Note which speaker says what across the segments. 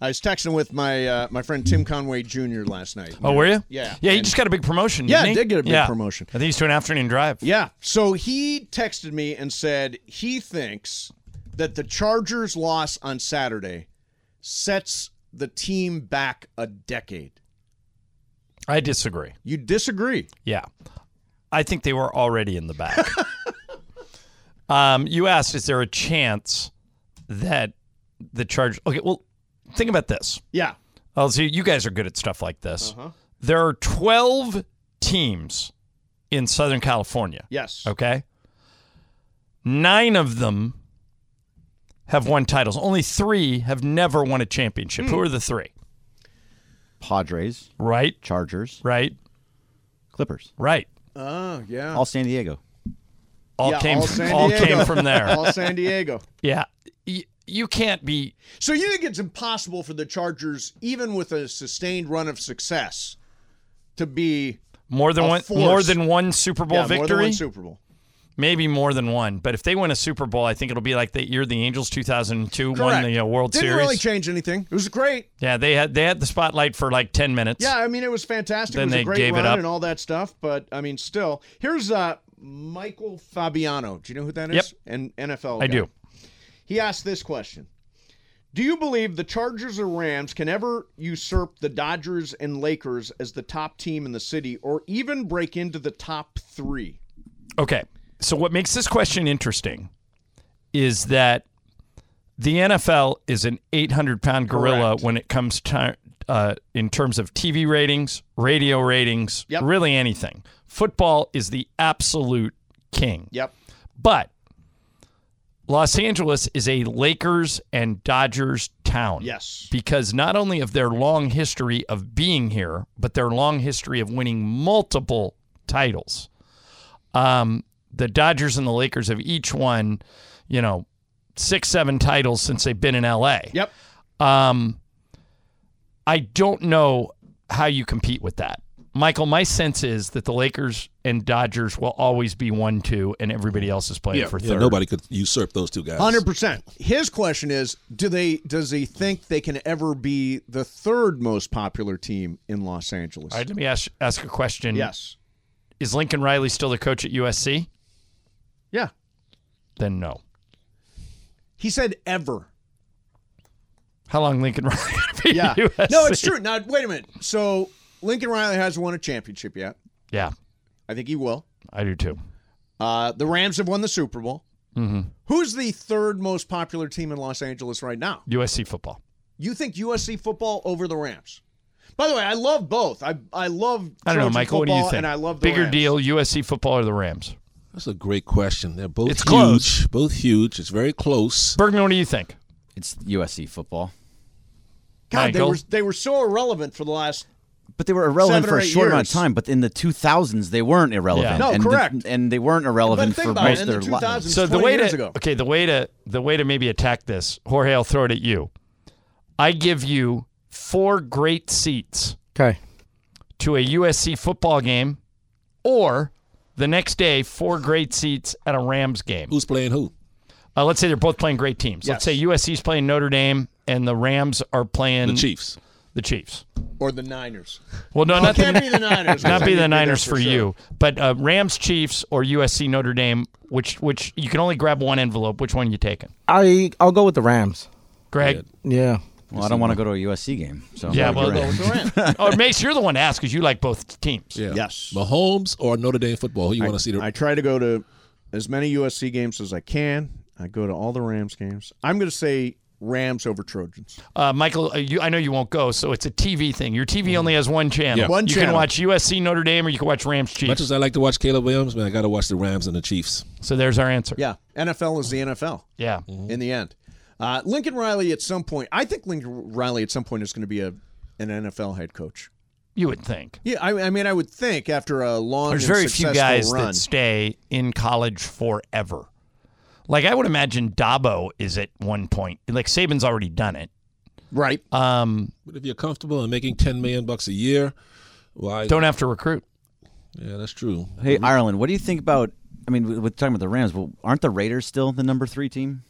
Speaker 1: I was texting with my uh, my friend Tim Conway Jr. last night.
Speaker 2: Oh, were you?
Speaker 1: Yeah.
Speaker 2: Yeah, he
Speaker 1: And-
Speaker 2: just got a big promotion.
Speaker 1: Yeah,
Speaker 2: didn't he?
Speaker 1: did get a big promotion.
Speaker 2: I think he's doing an afternoon drive.
Speaker 1: Yeah. So he texted me and said he thinks that the Chargers' loss on Saturday sets the team back a decade.
Speaker 2: I disagree.
Speaker 1: You disagree?
Speaker 2: Yeah. I think they were already in the back. um, you asked, is there a chance that the charge? Okay, well, think about this.
Speaker 1: Yeah. Uh-huh.
Speaker 2: Oh, see, you guys are good at stuff like this. There are 12 teams in Southern California.
Speaker 1: Yes.
Speaker 2: Okay. Nine of them have won titles. Only three have never won a championship.
Speaker 1: Hmm.
Speaker 2: Who are the three?
Speaker 3: Padres,
Speaker 2: Right,
Speaker 3: Chargers,
Speaker 2: right,
Speaker 3: Clippers,
Speaker 2: right.
Speaker 1: Oh, yeah.
Speaker 3: all San Diego.
Speaker 2: All
Speaker 1: Yeah,
Speaker 2: came
Speaker 1: all
Speaker 2: from,
Speaker 1: San
Speaker 2: all
Speaker 1: Diego.
Speaker 2: came from there.
Speaker 1: All San Diego.
Speaker 2: yeah. Y- you can't be
Speaker 1: So you think it's impossible for the Chargers, even with a sustained run of success, to be
Speaker 2: more than
Speaker 1: A
Speaker 2: one
Speaker 1: force.
Speaker 2: more than one Super Bowl
Speaker 1: yeah,
Speaker 2: victory.
Speaker 1: more than one Super Bowl?
Speaker 2: Maybe more than one, but if they win a Super Bowl, I think it'll be like the year the Angels 2002 won
Speaker 1: Correct.
Speaker 2: the uh, World
Speaker 1: Didn't
Speaker 2: Series.
Speaker 1: really change anything. It was great.
Speaker 2: yeah, they had they had the spotlight for like 10 minutes.
Speaker 1: Yeah, I mean it was fantastic.
Speaker 2: Then
Speaker 1: it was
Speaker 2: they
Speaker 1: a great
Speaker 2: gave it
Speaker 1: run
Speaker 2: up.
Speaker 1: and all that stuff, but I mean still. Here's uh Michael Fabiano. Do you know who that is?
Speaker 2: Yep.
Speaker 1: An NFL.
Speaker 2: I
Speaker 1: guy.
Speaker 2: do.
Speaker 1: He asked this question. Do you believe the Chargers or Rams can ever usurp the Dodgers and Lakers as the top team in the city or even break into the top 3?
Speaker 2: Okay. So what makes this question interesting is that the NFL is an 800 pound gorilla
Speaker 1: Correct.
Speaker 2: when it comes to uh, in terms of TV ratings, radio ratings,
Speaker 1: Yep.
Speaker 2: really anything. Football is the absolute king.
Speaker 1: Yep.
Speaker 2: But Los Angeles is a Lakers and Dodgers town.
Speaker 1: Yes.
Speaker 2: Because not only of their long history of being here, but their long history of winning multiple titles. Um, the Dodgers and the Lakers have each won, you know, six, seven titles since they've been in LA.
Speaker 1: Yep.
Speaker 2: Um, I don't know how you compete with that. Michael, my sense is that the Lakers and Dodgers will always be one, two, and everybody else is playing for third.
Speaker 4: Yeah, nobody could usurp those two guys.
Speaker 1: Hundred percent. His question is: Do they? Does he think they can ever be the third most popular team in Los Angeles?
Speaker 2: All right, let me ask ask a question.
Speaker 1: yes.
Speaker 2: Is Lincoln Riley still the coach at USC?
Speaker 1: Yeah.
Speaker 2: Then no.
Speaker 1: He said ever.
Speaker 2: How long Lincoln Riley gonna be
Speaker 1: Yeah.
Speaker 2: at USC?
Speaker 1: no, it's true. Now wait a minute. So Lincoln Riley hasn't won a championship yet.
Speaker 2: Yeah,
Speaker 1: I think he will.
Speaker 2: I do too.
Speaker 1: Uh, the Rams have won the Super Bowl.
Speaker 2: Mm-hmm.
Speaker 1: Who's the third most popular team in Los Angeles right now?
Speaker 2: USC football.
Speaker 1: You think USC football over the Rams? By the way, I love both. I I love.
Speaker 2: I don't
Speaker 1: Trojan
Speaker 2: know, Michael. What do you
Speaker 1: football
Speaker 2: think?
Speaker 1: And I love the
Speaker 2: bigger
Speaker 1: Rams.
Speaker 2: deal, USC football or the Rams?
Speaker 4: That's a great question. They're both
Speaker 2: It's
Speaker 4: huge.
Speaker 2: close.
Speaker 4: Both huge. It's very close.
Speaker 2: Bergman, what do you think?
Speaker 3: It's USC football.
Speaker 1: God, they
Speaker 2: Michael?
Speaker 1: were they were so irrelevant for the last
Speaker 3: But they were irrelevant
Speaker 1: Seven
Speaker 3: for
Speaker 1: or
Speaker 3: a
Speaker 1: eight
Speaker 3: short amount of
Speaker 1: years.
Speaker 3: time. But in the 2000s, they weren't irrelevant.
Speaker 2: Yeah.
Speaker 1: No,
Speaker 3: and the-
Speaker 1: correct.
Speaker 3: and they weren't irrelevant
Speaker 1: But think
Speaker 3: for
Speaker 1: about it,
Speaker 3: most
Speaker 1: in
Speaker 3: of
Speaker 1: the
Speaker 3: their lives.
Speaker 1: 2000s.
Speaker 2: so the
Speaker 1: 20
Speaker 2: way
Speaker 1: years
Speaker 2: to
Speaker 1: ago.
Speaker 2: okay the way to the way to maybe attack this jorge i'll throw it at you i give you four great seats
Speaker 5: Okay.
Speaker 2: to a usc football game or the next day four great seats at a rams game
Speaker 4: Who's playing who?
Speaker 2: uh, let's say they're both playing great teams let's say
Speaker 1: Yes.
Speaker 2: usc's playing notre dame and the rams are playing
Speaker 4: The Chiefs.
Speaker 2: the chiefs
Speaker 1: or the Niners.
Speaker 2: well no, not,
Speaker 1: Oh, Can't
Speaker 2: the,
Speaker 1: be the Niners.
Speaker 2: not be the niners for,
Speaker 1: sure.
Speaker 2: you but uh, rams chiefs or usc notre dame which which you can only grab one envelope which one you taking
Speaker 5: I I'll go with the Rams.
Speaker 2: greg
Speaker 5: Yeah.
Speaker 3: Well, I don't want to go to a USC game. So
Speaker 2: Yeah,
Speaker 3: I'm
Speaker 2: well,
Speaker 3: gonna go to-
Speaker 2: oh, Mace, you're the one to ask because you like both teams.
Speaker 4: Yeah.
Speaker 1: Yes.
Speaker 4: Mahomes or Notre Dame football? Who you want to see? The,
Speaker 1: I try to go to as many USC games as I can. I go to all the Rams games. I'm going to say Rams over Trojans.
Speaker 2: Uh, Michael, uh, you, I know you won't go, so it's a TV thing. Your TV only has one channel.
Speaker 4: Yeah.
Speaker 1: One
Speaker 2: you can
Speaker 1: channel.
Speaker 2: watch USC Notre Dame or you can watch Rams
Speaker 4: much
Speaker 2: Chiefs.
Speaker 4: as I like to watch Caleb Williams, man, I got to watch the Rams and the Chiefs.
Speaker 2: so there's our answer.
Speaker 1: Yeah, NFL is the NFL
Speaker 4: Mm-hmm.
Speaker 2: Yeah.
Speaker 1: in the end. Uh, Lincoln Riley at some point. I think Lincoln Riley at some point is going to be a an NFL head coach.
Speaker 2: You would think.
Speaker 1: Yeah, I, I mean, I would think after a long,
Speaker 2: There's
Speaker 1: and
Speaker 2: very few
Speaker 1: successful
Speaker 2: guys
Speaker 1: run.
Speaker 2: that stay in college forever. Like I would imagine Dabo is at one point. Like Saban's already done it.
Speaker 1: right?
Speaker 2: Um,
Speaker 4: But if you're comfortable and making ten million bucks a year, why?
Speaker 2: don't have to recruit.
Speaker 4: yeah, that's true.
Speaker 3: Hey, Ireland, what do you think about? I mean, we- we're talking about the Rams, but aren't the Raiders still the number three team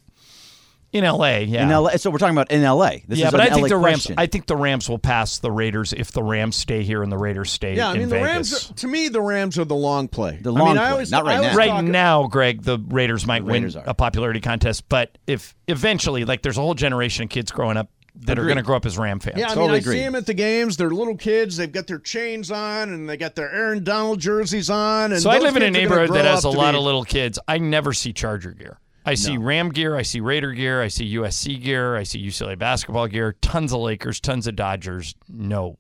Speaker 2: In LA, yeah.
Speaker 3: in LA? So we're talking about in LA. This
Speaker 2: yeah,
Speaker 3: is
Speaker 2: but
Speaker 3: an
Speaker 2: I think
Speaker 3: LA
Speaker 2: the Rams
Speaker 3: question.
Speaker 2: I think the Rams will pass the Raiders if the Rams stay here and the Raiders stay
Speaker 1: yeah, I
Speaker 2: in
Speaker 1: mean, the
Speaker 2: Vegas.
Speaker 1: Rams. Are, to me, the Rams are the long play.
Speaker 3: The
Speaker 1: I mean,
Speaker 3: long
Speaker 1: I
Speaker 3: play,
Speaker 1: always,
Speaker 3: not right
Speaker 1: I always
Speaker 3: now.
Speaker 2: right
Speaker 1: talk-
Speaker 2: now, Greg, the Raiders might
Speaker 3: Raiders
Speaker 2: win
Speaker 3: are.
Speaker 2: a popularity contest, but if eventually, like, there's a whole generation of kids growing up that are going to grow up as Ram fans.
Speaker 1: Yeah, I mean,
Speaker 3: Totally
Speaker 1: I
Speaker 3: agree.
Speaker 1: see them at the games. They're little kids. They've got their chains on, and they got their Aaron Donald jerseys on. And
Speaker 2: so I
Speaker 1: those
Speaker 2: live in a
Speaker 1: kids are gonna
Speaker 2: neighborhood
Speaker 1: grow
Speaker 2: that has a
Speaker 1: up to
Speaker 2: lot
Speaker 1: be-
Speaker 2: of little kids. I never see Charger gear. I see Ram gear. I see Raider gear. I see USC gear. I see UCLA basketball gear. Tons of Lakers. Tons of Dodgers. No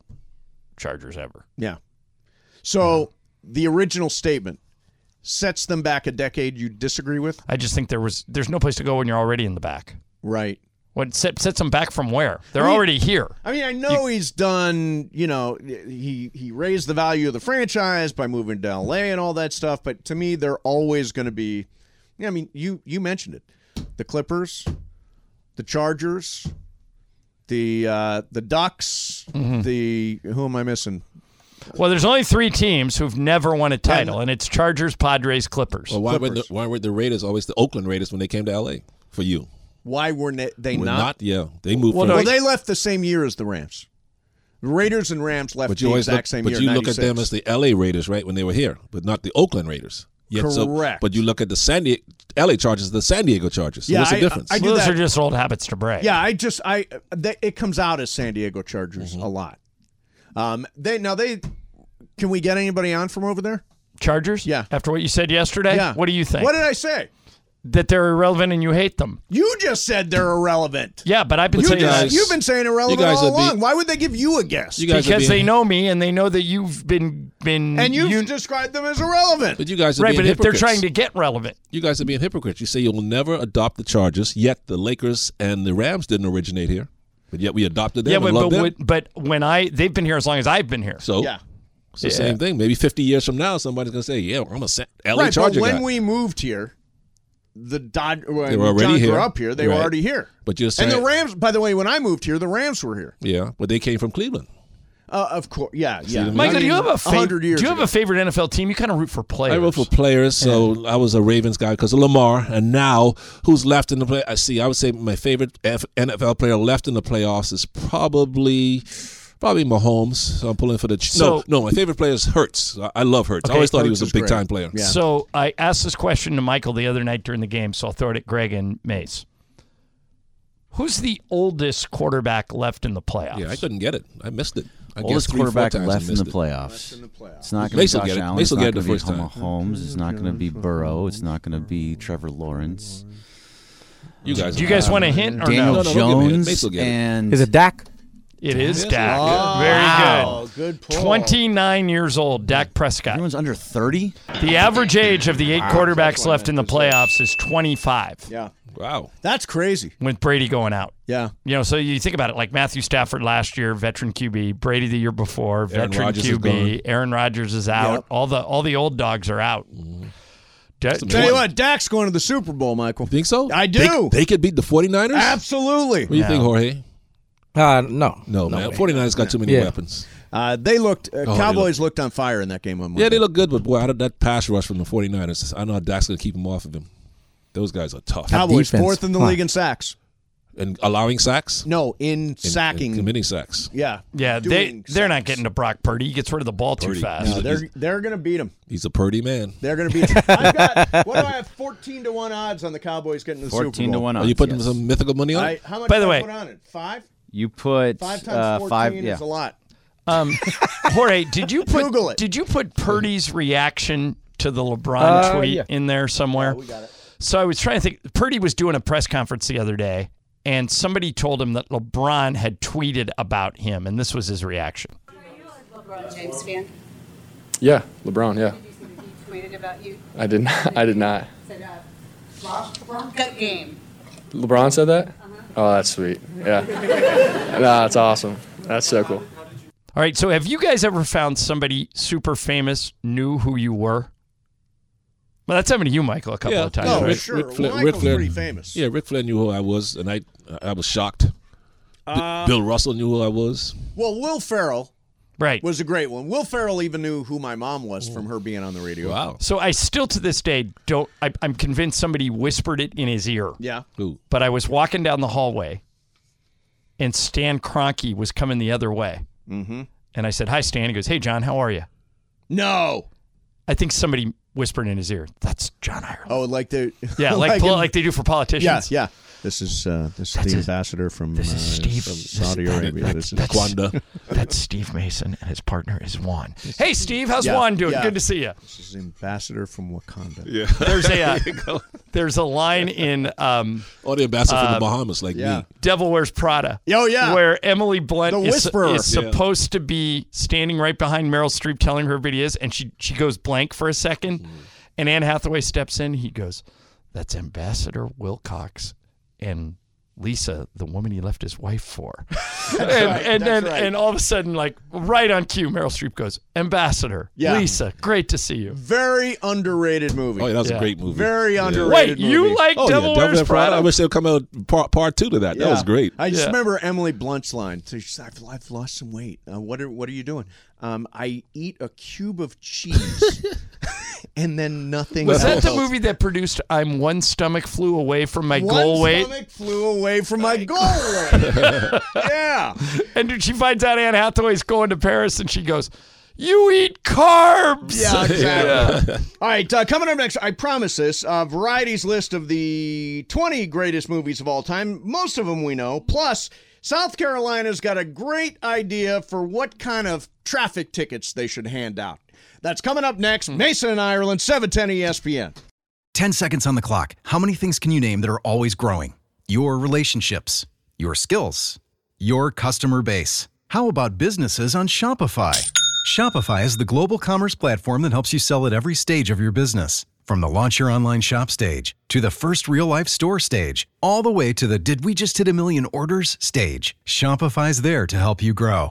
Speaker 2: Chargers ever.
Speaker 1: Yeah. So the original statement sets them back a decade. You disagree with?
Speaker 2: I just think there was there's no place to go when you're already in the back.
Speaker 1: Right.
Speaker 2: What set, sets them back from where? They're already here.
Speaker 1: I mean, I know he's done. You know, he he raised the value of the franchise by moving to L.A. and all that stuff. But to me, they're always going to be. Yeah, I mean, you you mentioned it, the Clippers, the Chargers, the uh, the Ducks,
Speaker 2: Mm-hmm.
Speaker 1: the who am I missing?
Speaker 2: Well, there's only three teams who've never won a title, and it's Chargers, Padres, Clippers.
Speaker 4: Well, why were the, why were the Raiders always the Oakland Raiders when they came to LA for you?
Speaker 1: Why were ne- they
Speaker 4: Well,
Speaker 1: not?
Speaker 4: not yeah, they moved.
Speaker 2: Well,
Speaker 4: from,
Speaker 2: no,
Speaker 1: Well, they left the same year as the Rams. The Raiders and Rams left
Speaker 4: but you
Speaker 1: the
Speaker 4: always
Speaker 1: exact
Speaker 4: look,
Speaker 1: same
Speaker 4: but
Speaker 1: year.
Speaker 4: you look at
Speaker 1: 96.
Speaker 4: them as the LA Raiders, right? When they were here, but not the Oakland Raiders. Yet, so-
Speaker 1: Correct.
Speaker 4: but you look at the San Diego LA Chargers, the San Diego Chargers. So
Speaker 1: Yeah,
Speaker 4: what's the
Speaker 1: I-
Speaker 4: difference?
Speaker 1: I- do
Speaker 2: Those
Speaker 1: that-
Speaker 2: are just old habits to break.
Speaker 1: Yeah, I just I they, it comes out as San Diego Chargers
Speaker 2: Mm-hmm.
Speaker 1: a lot. Um, they now they can we get anybody on from over there?
Speaker 2: Chargers?
Speaker 1: Yeah.
Speaker 2: After what you said yesterday?
Speaker 1: Yeah.
Speaker 2: What do you think?
Speaker 1: What did I say?
Speaker 2: that they're irrelevant and you hate them.
Speaker 1: You just said they're irrelevant.
Speaker 2: Yeah, but I've been
Speaker 4: You
Speaker 2: saying
Speaker 4: guys-
Speaker 2: that
Speaker 1: You've been saying irrelevant
Speaker 4: you guys
Speaker 1: all
Speaker 4: would be-
Speaker 1: along. Why would they give you a guess?
Speaker 4: you guys are
Speaker 2: because
Speaker 4: being,
Speaker 2: they know me and they know that you've been been
Speaker 1: and you've
Speaker 2: you-
Speaker 1: described them as irrelevant.
Speaker 4: But you guys are
Speaker 2: right.
Speaker 4: being
Speaker 2: But if they're
Speaker 4: hypocrites.
Speaker 2: trying to get relevant,
Speaker 4: you guys are being hypocrites. You say you'll never adopt the Chargers, yet the Lakers and the Rams didn't originate here, but yet we adopted them.
Speaker 2: yeah.
Speaker 4: and
Speaker 2: But
Speaker 4: loved
Speaker 2: but,
Speaker 4: them.
Speaker 2: when- but when I they've been here as long as I've been here.
Speaker 4: so
Speaker 1: yeah,
Speaker 4: it's the same thing. Maybe 50 years from now, somebody's gonna say, "Yeah, I'm a Sa- LA
Speaker 1: right.
Speaker 4: Charger
Speaker 1: but when
Speaker 4: guy."
Speaker 1: we moved here, the Dod when
Speaker 4: They were already
Speaker 1: John
Speaker 4: here.
Speaker 1: grew up here. They were
Speaker 4: Right.
Speaker 1: already here.
Speaker 4: but you're
Speaker 1: and
Speaker 4: saying,
Speaker 1: the Rams. By the way, when I moved here, the Rams were here.
Speaker 4: yeah, but they came from Cleveland.
Speaker 1: Uh, of course, yeah, yeah.
Speaker 4: what I
Speaker 2: Michael, do you have a fav-
Speaker 1: hundred
Speaker 2: do
Speaker 1: years?
Speaker 2: you have
Speaker 1: ago.
Speaker 2: a favorite NFL team? You kind of root for players.
Speaker 4: I wrote for players, so I was a Ravens guy because of Lamar. And now, who's left in the play? I see. I would say my favorite F- NFL player left in the playoffs is probably. Probably Mahomes. So I'm pulling for the. Ch-
Speaker 2: So-
Speaker 4: no, no. My favorite player is Hurts. I- I love Hurts. I always thought he
Speaker 1: Hurts
Speaker 4: was a
Speaker 1: is
Speaker 4: big
Speaker 1: great.
Speaker 4: time player.
Speaker 1: Yeah.
Speaker 2: So I asked this question to Michael the other night during the game, so I'll throw it at Greg and Mace. Who's the oldest quarterback left in the playoffs?
Speaker 4: Yeah, I couldn't get it. I missed it. I guess
Speaker 3: Oldest
Speaker 4: three, four
Speaker 3: quarterback
Speaker 4: times I
Speaker 3: left in
Speaker 4: missed
Speaker 3: the
Speaker 4: it.
Speaker 3: playoffs. It's not going to be
Speaker 4: Mason will
Speaker 3: Josh
Speaker 4: get it.
Speaker 3: Allen. It's
Speaker 4: Mason will get
Speaker 3: not
Speaker 4: it
Speaker 3: going
Speaker 4: the
Speaker 3: to be
Speaker 4: first time.
Speaker 3: Holmes. It's not going to be Burrow. It's not going to be Trevor Lawrence.
Speaker 4: You guys,
Speaker 2: Do you guys
Speaker 4: Uh,
Speaker 2: want a hint or
Speaker 3: Daniel
Speaker 4: no, no,
Speaker 2: no?
Speaker 4: we'll give it.
Speaker 3: Jones
Speaker 4: Mason will get it.
Speaker 3: and
Speaker 5: Is it Dak?
Speaker 2: It is Dak.
Speaker 1: Oh,
Speaker 2: Very
Speaker 1: wow.
Speaker 2: good.
Speaker 1: Good pull.
Speaker 2: 29 years old, Dak Prescott.
Speaker 3: everyone's under thirty.
Speaker 2: The average age of the eight quarterbacks left in the playoffs is 25
Speaker 1: Yeah,
Speaker 4: Wow.
Speaker 1: that's crazy.
Speaker 2: with Brady going out.
Speaker 1: Yeah,
Speaker 2: You know, so you think about it like Matthew Stafford last year, veteran QB, Brady the year before,
Speaker 4: Aaron
Speaker 2: veteran
Speaker 4: Rodgers is
Speaker 2: QB,
Speaker 4: gone.
Speaker 2: Aaron Rodgers is out.
Speaker 1: Yep. Mm-hmm.
Speaker 2: All the all the old dogs are out. Da-
Speaker 4: amazing.
Speaker 1: tell you
Speaker 4: One.
Speaker 1: what, Dak's going to the Super Bowl, Michael.
Speaker 4: Think so?
Speaker 1: I
Speaker 4: They-
Speaker 1: do.
Speaker 4: They, could beat the 49ers?
Speaker 1: Absolutely.
Speaker 4: What do you think, Jorge?
Speaker 5: Uh, no.
Speaker 4: No, man. 49ers got too many
Speaker 5: Yeah.
Speaker 4: weapons.
Speaker 1: Uh, they looked. Uh, Cowboys
Speaker 4: looked-
Speaker 1: looked on fire in that game on Monday.
Speaker 4: Yeah, they look good, but boy, out of that pass rush from the 49ers, I know Dak's going to keep him off of him. Those guys are tough.
Speaker 1: Cowboys
Speaker 5: defense.
Speaker 1: fourth in the
Speaker 5: Huh.
Speaker 1: league in sacks.
Speaker 4: And allowing sacks?
Speaker 1: No, in
Speaker 4: And-
Speaker 1: sacking.
Speaker 4: and committing sacks.
Speaker 1: yeah,
Speaker 2: Yeah, they
Speaker 1: doing
Speaker 2: they're not
Speaker 1: sacks.
Speaker 2: getting to Brock Purdy. He gets rid of the ball too
Speaker 4: Purdy.
Speaker 2: fast.
Speaker 1: No, they're they're going to beat them.
Speaker 4: He's a Purdy man.
Speaker 1: They're going to beat. 'em. I've got. What do I have? Fourteen to one odds on the Cowboys getting to the Super
Speaker 3: Fourteen
Speaker 1: Bowl.
Speaker 3: to one.
Speaker 4: Are you
Speaker 3: odds,
Speaker 4: putting
Speaker 3: yes.
Speaker 4: some mythical money on
Speaker 1: I,
Speaker 4: it?
Speaker 1: how much?
Speaker 2: By
Speaker 1: did
Speaker 2: the
Speaker 1: I
Speaker 2: way-
Speaker 1: put on it five.
Speaker 3: You put
Speaker 1: Five times
Speaker 3: uh,
Speaker 1: fourteen
Speaker 3: five.
Speaker 1: is
Speaker 3: Yeah.
Speaker 1: a lot.
Speaker 2: Um, Jorge, did you put
Speaker 1: Google it.
Speaker 2: did you put Purdy's reaction to the LeBron
Speaker 5: Uh,
Speaker 2: tweet
Speaker 5: yeah.
Speaker 2: in there somewhere? we got it. So I was trying to think. Purdy was doing a press conference the other day, and somebody told him that LeBron had tweeted about him, and this was his reaction.
Speaker 6: LeBron James fan.
Speaker 7: Yeah, LeBron. Yeah,
Speaker 6: Did you see that he tweeted about you?
Speaker 7: I did not. I did not.
Speaker 6: Said, uh, "Flop, LeBron, good game.
Speaker 7: LeBron said that.
Speaker 6: Uh-huh.
Speaker 7: Oh, that's sweet. Yeah. no, that's awesome. That's so cool.
Speaker 2: All right. So, have you guys ever found somebody super famous knew who you were? Well, that's happened to you, Michael, a couple
Speaker 4: Yeah.
Speaker 2: of times.
Speaker 4: No,
Speaker 1: Oh,
Speaker 2: right?
Speaker 4: Ric-
Speaker 1: sure.
Speaker 4: Ric Flair-
Speaker 1: Michael's
Speaker 4: Ric Flair-
Speaker 1: pretty famous.
Speaker 4: Yeah, Ric Flair knew who I was, and I I was shocked.
Speaker 2: Uh,
Speaker 4: B- Bill Russell knew who I was.
Speaker 1: Well, Will Ferrell
Speaker 2: right.
Speaker 1: was a great one. Will Ferrell even knew who my mom was from her being on the radio.
Speaker 2: So, I still to this day don't. I, I'm convinced somebody whispered it in his ear.
Speaker 1: Yeah.
Speaker 4: Who?
Speaker 2: But I was walking down the hallway, and Stan Kroenke was coming the other way. Mm-hmm. And I said, "Hi, Stan." He goes, "Hey, John, how are you?"
Speaker 1: No.
Speaker 2: I think somebody whispered in his ear, "That's John Ireland."
Speaker 1: Oh, like the
Speaker 2: Yeah, like
Speaker 1: in-
Speaker 2: poli- like they do for
Speaker 1: yeah,
Speaker 2: politicians.
Speaker 1: yeah. This is uh, this is
Speaker 2: That's
Speaker 1: the
Speaker 2: it.
Speaker 1: ambassador from,
Speaker 2: This is
Speaker 1: uh,
Speaker 2: Steve.
Speaker 1: from
Speaker 2: This is
Speaker 1: Saudi
Speaker 2: that-
Speaker 1: Arabia.
Speaker 2: that-
Speaker 1: This is
Speaker 2: that's-
Speaker 4: Quanda.
Speaker 2: That's Steve Mason, and his partner is Juan. Hey, Steve, how's
Speaker 1: Yeah,
Speaker 2: Juan doing?
Speaker 1: yeah.
Speaker 2: Good to see you.
Speaker 1: this is the ambassador from Wakanda.
Speaker 2: There's a uh, there's a line in um,
Speaker 4: Or the ambassador from the Bahamas, like
Speaker 1: yeah.
Speaker 4: me.
Speaker 2: Devil Wears Prada.
Speaker 1: Oh, yeah.
Speaker 2: where Emily Blunt
Speaker 1: The
Speaker 2: is, Oh,
Speaker 1: Whisperer.
Speaker 2: is
Speaker 4: Yeah.
Speaker 2: supposed to be standing right behind Meryl Streep, telling her everybody is, and she she goes blank for a 2nd
Speaker 4: Mm-hmm.
Speaker 2: and Anne Hathaway steps in. He goes, "That's Ambassador Wilcox and Lisa, the woman he left his wife for." and and
Speaker 1: that's
Speaker 2: then
Speaker 1: right.
Speaker 2: and all of a sudden, like right on cue, Meryl Streep goes, "Ambassador,
Speaker 1: Yeah.
Speaker 2: Lisa, great to see you."
Speaker 1: Very underrated movie.
Speaker 4: Oh, yeah, that was
Speaker 2: Yeah.
Speaker 4: a great movie.
Speaker 1: Very underrated.
Speaker 2: Wait,
Speaker 1: movie.
Speaker 2: you like
Speaker 4: Oh,
Speaker 2: Devil
Speaker 4: yeah,
Speaker 2: Wears
Speaker 4: Devil Prada.
Speaker 2: Prada?
Speaker 4: I wish they'd come out part, part two to that. That was
Speaker 1: Yeah.
Speaker 4: great.
Speaker 1: I just
Speaker 2: Yeah.
Speaker 1: remember Emily Blunt's line. So she said, I've, I've lost some weight. Uh, what are What are you doing? Um, I eat a cube of cheese and then nothing.
Speaker 2: Was that
Speaker 1: else.
Speaker 2: the movie that produced "I'm One Stomach Flew Away from My
Speaker 1: One
Speaker 2: Goal Weight"?
Speaker 1: stomach flew away from my goal weight. yeah.
Speaker 2: And dude, she finds out Anne Hathaway's going to Paris, and she goes, "You eat carbs."
Speaker 1: Yeah, exactly. All right, uh, coming up next, I promise this uh, Variety's list of the 20 greatest movies of all time. Most of them we know. Plus, South Carolina's got a great idea for what kind of traffic tickets they should hand out. That's coming up next. Mason in Ireland, E 710 ESPN.
Speaker 8: 10 seconds on the clock. How many things can you name that are always growing? Your relationships, your skills, your customer base. How about businesses on Shopify? Shopify is the global commerce platform that helps you sell at every stage of your business. From the launch your online shop stage to the first real life store stage, all the way to the did we just hit a million orders stage. Shopify's there to help you grow.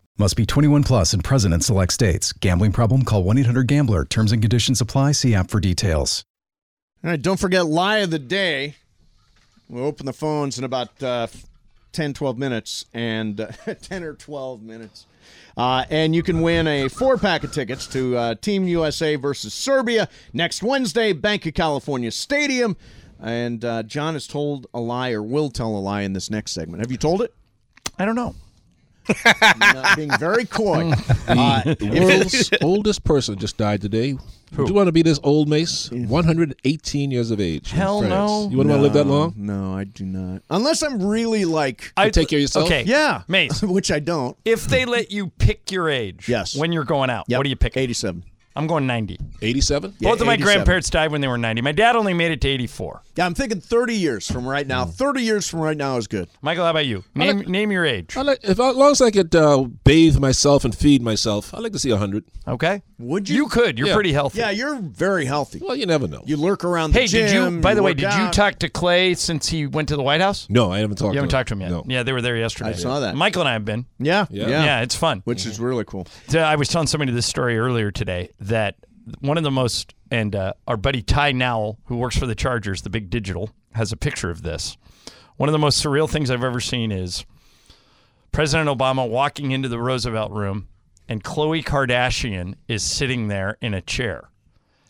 Speaker 8: Must be 21 plus and present in select states. Gambling problem? Call 1-800-GAMBLER. Terms and conditions apply. See app for details.
Speaker 1: All right, don't forget Lie of the Day. We'll open the phones in about uh, 10, 12 minutes, and uh, 10 or 12 minutes. Uh, and you can win a four pack of tickets to uh, Team USA versus Serbia next Wednesday, Bank of California Stadium. And uh, John has told a lie or will tell a lie in this next segment. Have you told it?
Speaker 2: I don't know.
Speaker 1: Uh, being very coy. Uh,
Speaker 4: The world's oldest person just died today. Do you want to be this old, Mace? 118 years of age. in
Speaker 2: Hell
Speaker 4: France.
Speaker 2: no.
Speaker 4: You want to live that long?
Speaker 1: no, I do not. Unless I'm really like,
Speaker 2: I
Speaker 4: take care of yourself?
Speaker 2: Okay.
Speaker 1: yeah,
Speaker 2: Mace.
Speaker 1: which I don't.
Speaker 2: If they let you pick your age,
Speaker 1: Yes.
Speaker 2: when you're going out, what do you pick?
Speaker 1: 87.
Speaker 2: I'm going 90.
Speaker 4: 87?
Speaker 1: Yeah,
Speaker 2: Both of my
Speaker 1: 87.
Speaker 2: grandparents died when they were 90. My dad only made it to 84.
Speaker 1: Yeah, I'm thinking 30 years from right now.
Speaker 4: Hmm.
Speaker 1: 30 years from right now is good.
Speaker 2: Michael, how about you? Name name your age.
Speaker 4: I like, if, as long as I could uh, bathe myself and feed myself, I'd like to see 100.
Speaker 2: Okay.
Speaker 1: Would you?
Speaker 2: You could. You're
Speaker 4: Yeah.
Speaker 2: pretty healthy.
Speaker 1: Yeah, you're very healthy.
Speaker 4: Well, you never know.
Speaker 1: You lurk around the
Speaker 2: Hey,
Speaker 1: gym.
Speaker 2: did you? By the way,
Speaker 1: work
Speaker 2: did you
Speaker 1: out.
Speaker 2: talk to Clay since he went to the White House?
Speaker 4: no, I haven't talked
Speaker 2: You haven't
Speaker 4: to him.
Speaker 2: talked to him yet.
Speaker 4: No.
Speaker 2: Yeah, they were there yesterday.
Speaker 1: I saw that.
Speaker 2: Michael and I have been.
Speaker 1: Yeah, yeah.
Speaker 4: Yeah.
Speaker 2: yeah it's fun.
Speaker 1: Which is really cool.
Speaker 2: So I was telling somebody this story earlier today that one of the most and uh, our buddy Ty Nowell, who works for the Chargers, the big digital, has a picture of this. One of the most surreal things I've ever seen is President Obama walking into the Roosevelt Room, and Khloe Kardashian is sitting there in a chair.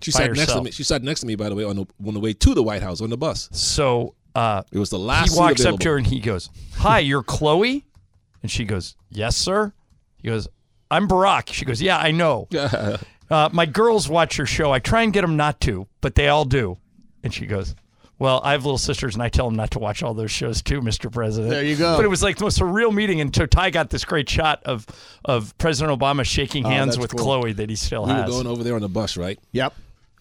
Speaker 4: She
Speaker 2: by
Speaker 4: sat next to
Speaker 2: herself.
Speaker 4: me. She sat next to me, by the way, on the, on the way to the White House on the bus.
Speaker 2: So uh,
Speaker 4: It was the
Speaker 2: he
Speaker 4: last. seat
Speaker 2: walks up to
Speaker 4: available.
Speaker 2: her and he goes, "Hi, you're Chloe." And she goes, Yes, sir. He goes, I'm Barack. She goes, Yeah, I know. uh, my girls watch your show. I try and get them not to, but they all do. And she goes, Well, I have little sisters and I tell them not to watch all those shows too, Mr. President.
Speaker 1: There you go.
Speaker 2: But it was like the most surreal meeting. And so Ty got this great shot of, of President Obama shaking
Speaker 4: Oh,
Speaker 2: hands
Speaker 4: that's
Speaker 2: with
Speaker 4: cool.
Speaker 2: Chloe that he still
Speaker 4: we
Speaker 2: has.
Speaker 4: were going over there on the bus, right?
Speaker 1: Yep.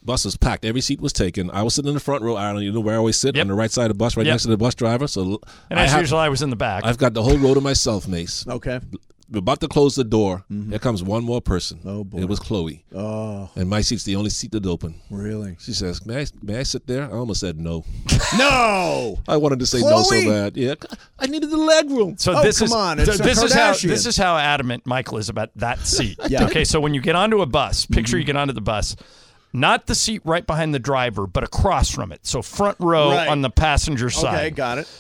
Speaker 4: Bus was packed. Every seat was taken. I was sitting in the front row. I don't even know where I always sit on the right side of the bus, right
Speaker 2: Yep.
Speaker 4: next to the bus driver. So
Speaker 2: and as usual, I was in the back.
Speaker 4: I've got the whole row to myself, Mace.
Speaker 1: Okay. Mm-hmm.
Speaker 4: We're about to close the door. There comes one more person. Oh boy! It was Chloe,
Speaker 1: Oh,
Speaker 4: and my seat's the only seat that's open.
Speaker 1: really?
Speaker 4: She says, "May I, may I sit there?" I almost said no.
Speaker 1: No.
Speaker 4: I wanted to say no so
Speaker 1: Oh. Chloe?
Speaker 4: bad. Yeah, I needed the leg room.
Speaker 2: So
Speaker 1: Oh,
Speaker 2: this
Speaker 1: come
Speaker 2: is
Speaker 1: on, it's
Speaker 2: so
Speaker 1: a
Speaker 2: this is how
Speaker 1: Kardashian.
Speaker 2: this is how adamant Michael is about that seat.
Speaker 1: Yeah. Mm-hmm.
Speaker 2: Okay, so when you get onto a bus, picture you get onto the bus, not the seat right behind the driver, but across from it. So front row
Speaker 1: Right.
Speaker 2: on the passenger side.
Speaker 1: Okay, got it.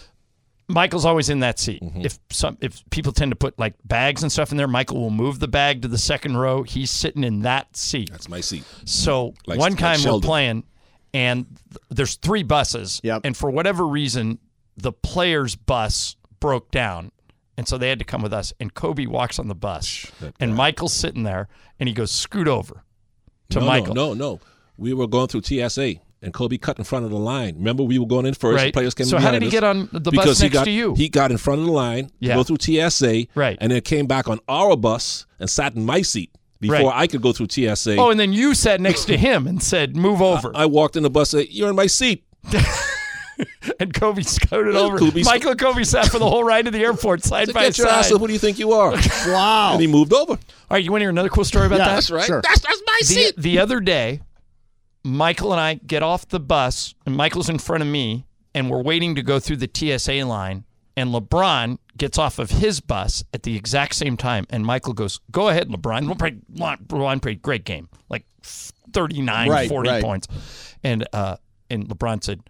Speaker 2: Michael's always in that seat.
Speaker 4: Mm-hmm.
Speaker 2: If some if people tend to put like bags and stuff in there, Michael will move the bag to the second row. He's sitting in that seat.
Speaker 4: That's my seat.
Speaker 2: So
Speaker 4: Like-
Speaker 2: one
Speaker 4: like
Speaker 2: time we're
Speaker 4: Sheldon.
Speaker 2: playing, and th- there's three buses.
Speaker 1: Yep.
Speaker 2: And for whatever reason, the player's bus broke down. And so they had to come with us. And Kobe walks on the bus. And Michael's sitting there, and he goes, scoot over to
Speaker 4: no,
Speaker 2: Michael.
Speaker 4: No, no, no. We were going through TSA, and Kobe cut in front of the line. Remember, we were going in first.
Speaker 2: Right.
Speaker 4: Players came
Speaker 2: So how
Speaker 4: behind
Speaker 2: did he
Speaker 4: us.
Speaker 2: get on the bus
Speaker 4: Because he
Speaker 2: next
Speaker 4: got-
Speaker 2: to you?
Speaker 4: He got in front of the line,
Speaker 2: Yeah.
Speaker 4: go through TSA,
Speaker 2: Right.
Speaker 4: and then came back on our bus and sat in my seat before
Speaker 2: Right.
Speaker 4: I could go through TSA.
Speaker 2: Oh, and then you sat next to him and said, move over.
Speaker 4: I walked in the bus and said, You're in my seat.
Speaker 2: and Kobe scooted over.
Speaker 4: Kobe sc-
Speaker 2: Michael and Kobe sat for the whole ride to the airport side
Speaker 4: Said,
Speaker 2: by
Speaker 4: Get your
Speaker 2: side.
Speaker 4: ass up. Who do you think you are? and
Speaker 1: Wow.
Speaker 4: he moved over.
Speaker 2: All right, you want to hear another cool story about that?
Speaker 4: That's right.
Speaker 1: Sure.
Speaker 4: That's, that's my
Speaker 2: the,
Speaker 4: seat.
Speaker 2: the other day, Michael and I get off the bus, and Michael's in front of me, and we're waiting to go through the TSA line. And LeBron gets off of his bus at the exact same time, and Michael goes, "Go ahead, LeBron. LeBron played, LeBron played great game, like 39,
Speaker 1: Right,
Speaker 2: 40
Speaker 1: right.
Speaker 2: points." And uh, and LeBron said,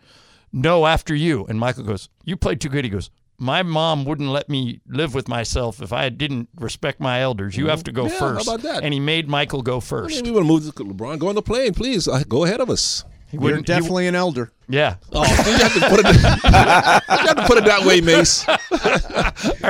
Speaker 2: "No, after you." And Michael goes, "You played too good." He goes. My mom wouldn't let me live with myself if I didn't respect my elders. You have to go
Speaker 4: Yeah, how
Speaker 2: first.
Speaker 4: about that?
Speaker 2: And he made Michael go
Speaker 4: I
Speaker 2: first.
Speaker 4: mean, we would have moved to LeBron. Go on the plane, please. Uh, Go ahead of us.
Speaker 2: He
Speaker 1: You're
Speaker 2: wouldn't- he-
Speaker 1: definitely an elder.
Speaker 2: yeah.
Speaker 4: Oh, you have to put it, you have to put it that way, Mace.
Speaker 2: All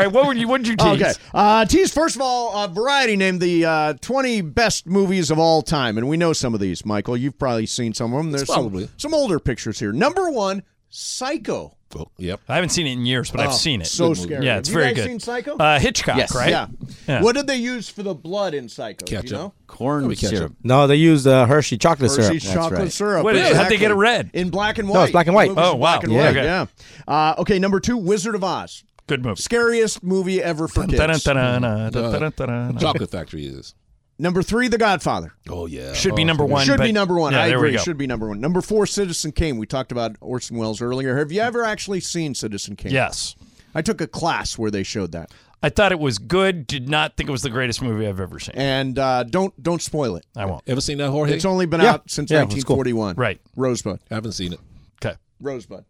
Speaker 2: right. What would you? What did you tease?
Speaker 1: Okay. Uh, tease, first of all, uh, Variety named the uh, 20 best movies of all time. And we know some of these, Michael. You've probably seen some of them. There's
Speaker 4: Probably.
Speaker 1: Some, some older pictures here. Number one, Psycho.
Speaker 4: Oh, yep.
Speaker 2: I haven't seen it in years, but
Speaker 1: Oh,
Speaker 2: I've seen it.
Speaker 1: So scary.
Speaker 2: Yeah, it's
Speaker 1: Have
Speaker 2: very
Speaker 1: you guys
Speaker 2: good.
Speaker 1: seen Psycho?
Speaker 2: Uh, Hitchcock, right?
Speaker 1: Yeah.
Speaker 2: Yeah.
Speaker 1: What did they use for the blood in Psycho? Do
Speaker 4: Ketchup.
Speaker 1: you know?
Speaker 3: Corn
Speaker 4: catch
Speaker 3: syrup.
Speaker 5: No, they used uh, Hershey chocolate
Speaker 3: syrup.
Speaker 1: Hershey's
Speaker 3: That's
Speaker 1: chocolate
Speaker 3: right.
Speaker 1: syrup.
Speaker 2: What is it? How'd they get it red?
Speaker 1: In black and white.
Speaker 5: No, it's black and white.
Speaker 1: The movie's
Speaker 2: Oh,
Speaker 1: in black
Speaker 2: wow.
Speaker 1: and
Speaker 2: Yeah.
Speaker 1: white,
Speaker 2: Okay.
Speaker 1: yeah. Uh, okay, number two, Wizard of Oz.
Speaker 2: Good movie.
Speaker 1: Scariest movie ever for kids. Mm-hmm.
Speaker 2: Dun-dun-dun-dun-dun-dun-dun-dun.
Speaker 4: Chocolate factory is.
Speaker 1: Number three, The Godfather.
Speaker 4: Oh yeah.
Speaker 2: Should be number one.
Speaker 1: Should
Speaker 2: but-
Speaker 1: be number one.
Speaker 2: Yeah,
Speaker 1: I
Speaker 2: there we
Speaker 1: agree.
Speaker 2: go.
Speaker 1: Should be number one. Number four, Citizen Kane. We talked about Orson Welles earlier. Have you ever actually seen Citizen Kane?
Speaker 2: Yes.
Speaker 1: I took a class where they showed that.
Speaker 2: I thought it was good. Did not think it was the greatest movie I've ever seen.
Speaker 1: And uh, don't don't spoil it.
Speaker 2: I won't.
Speaker 4: Ever seen that Jorge?
Speaker 1: It's only been
Speaker 5: Yeah.
Speaker 1: out since
Speaker 5: Yeah, it's cool.
Speaker 1: 1941.
Speaker 2: Right.
Speaker 1: Rosebud.
Speaker 4: Haven't seen it.
Speaker 2: Okay.
Speaker 1: Rosebud.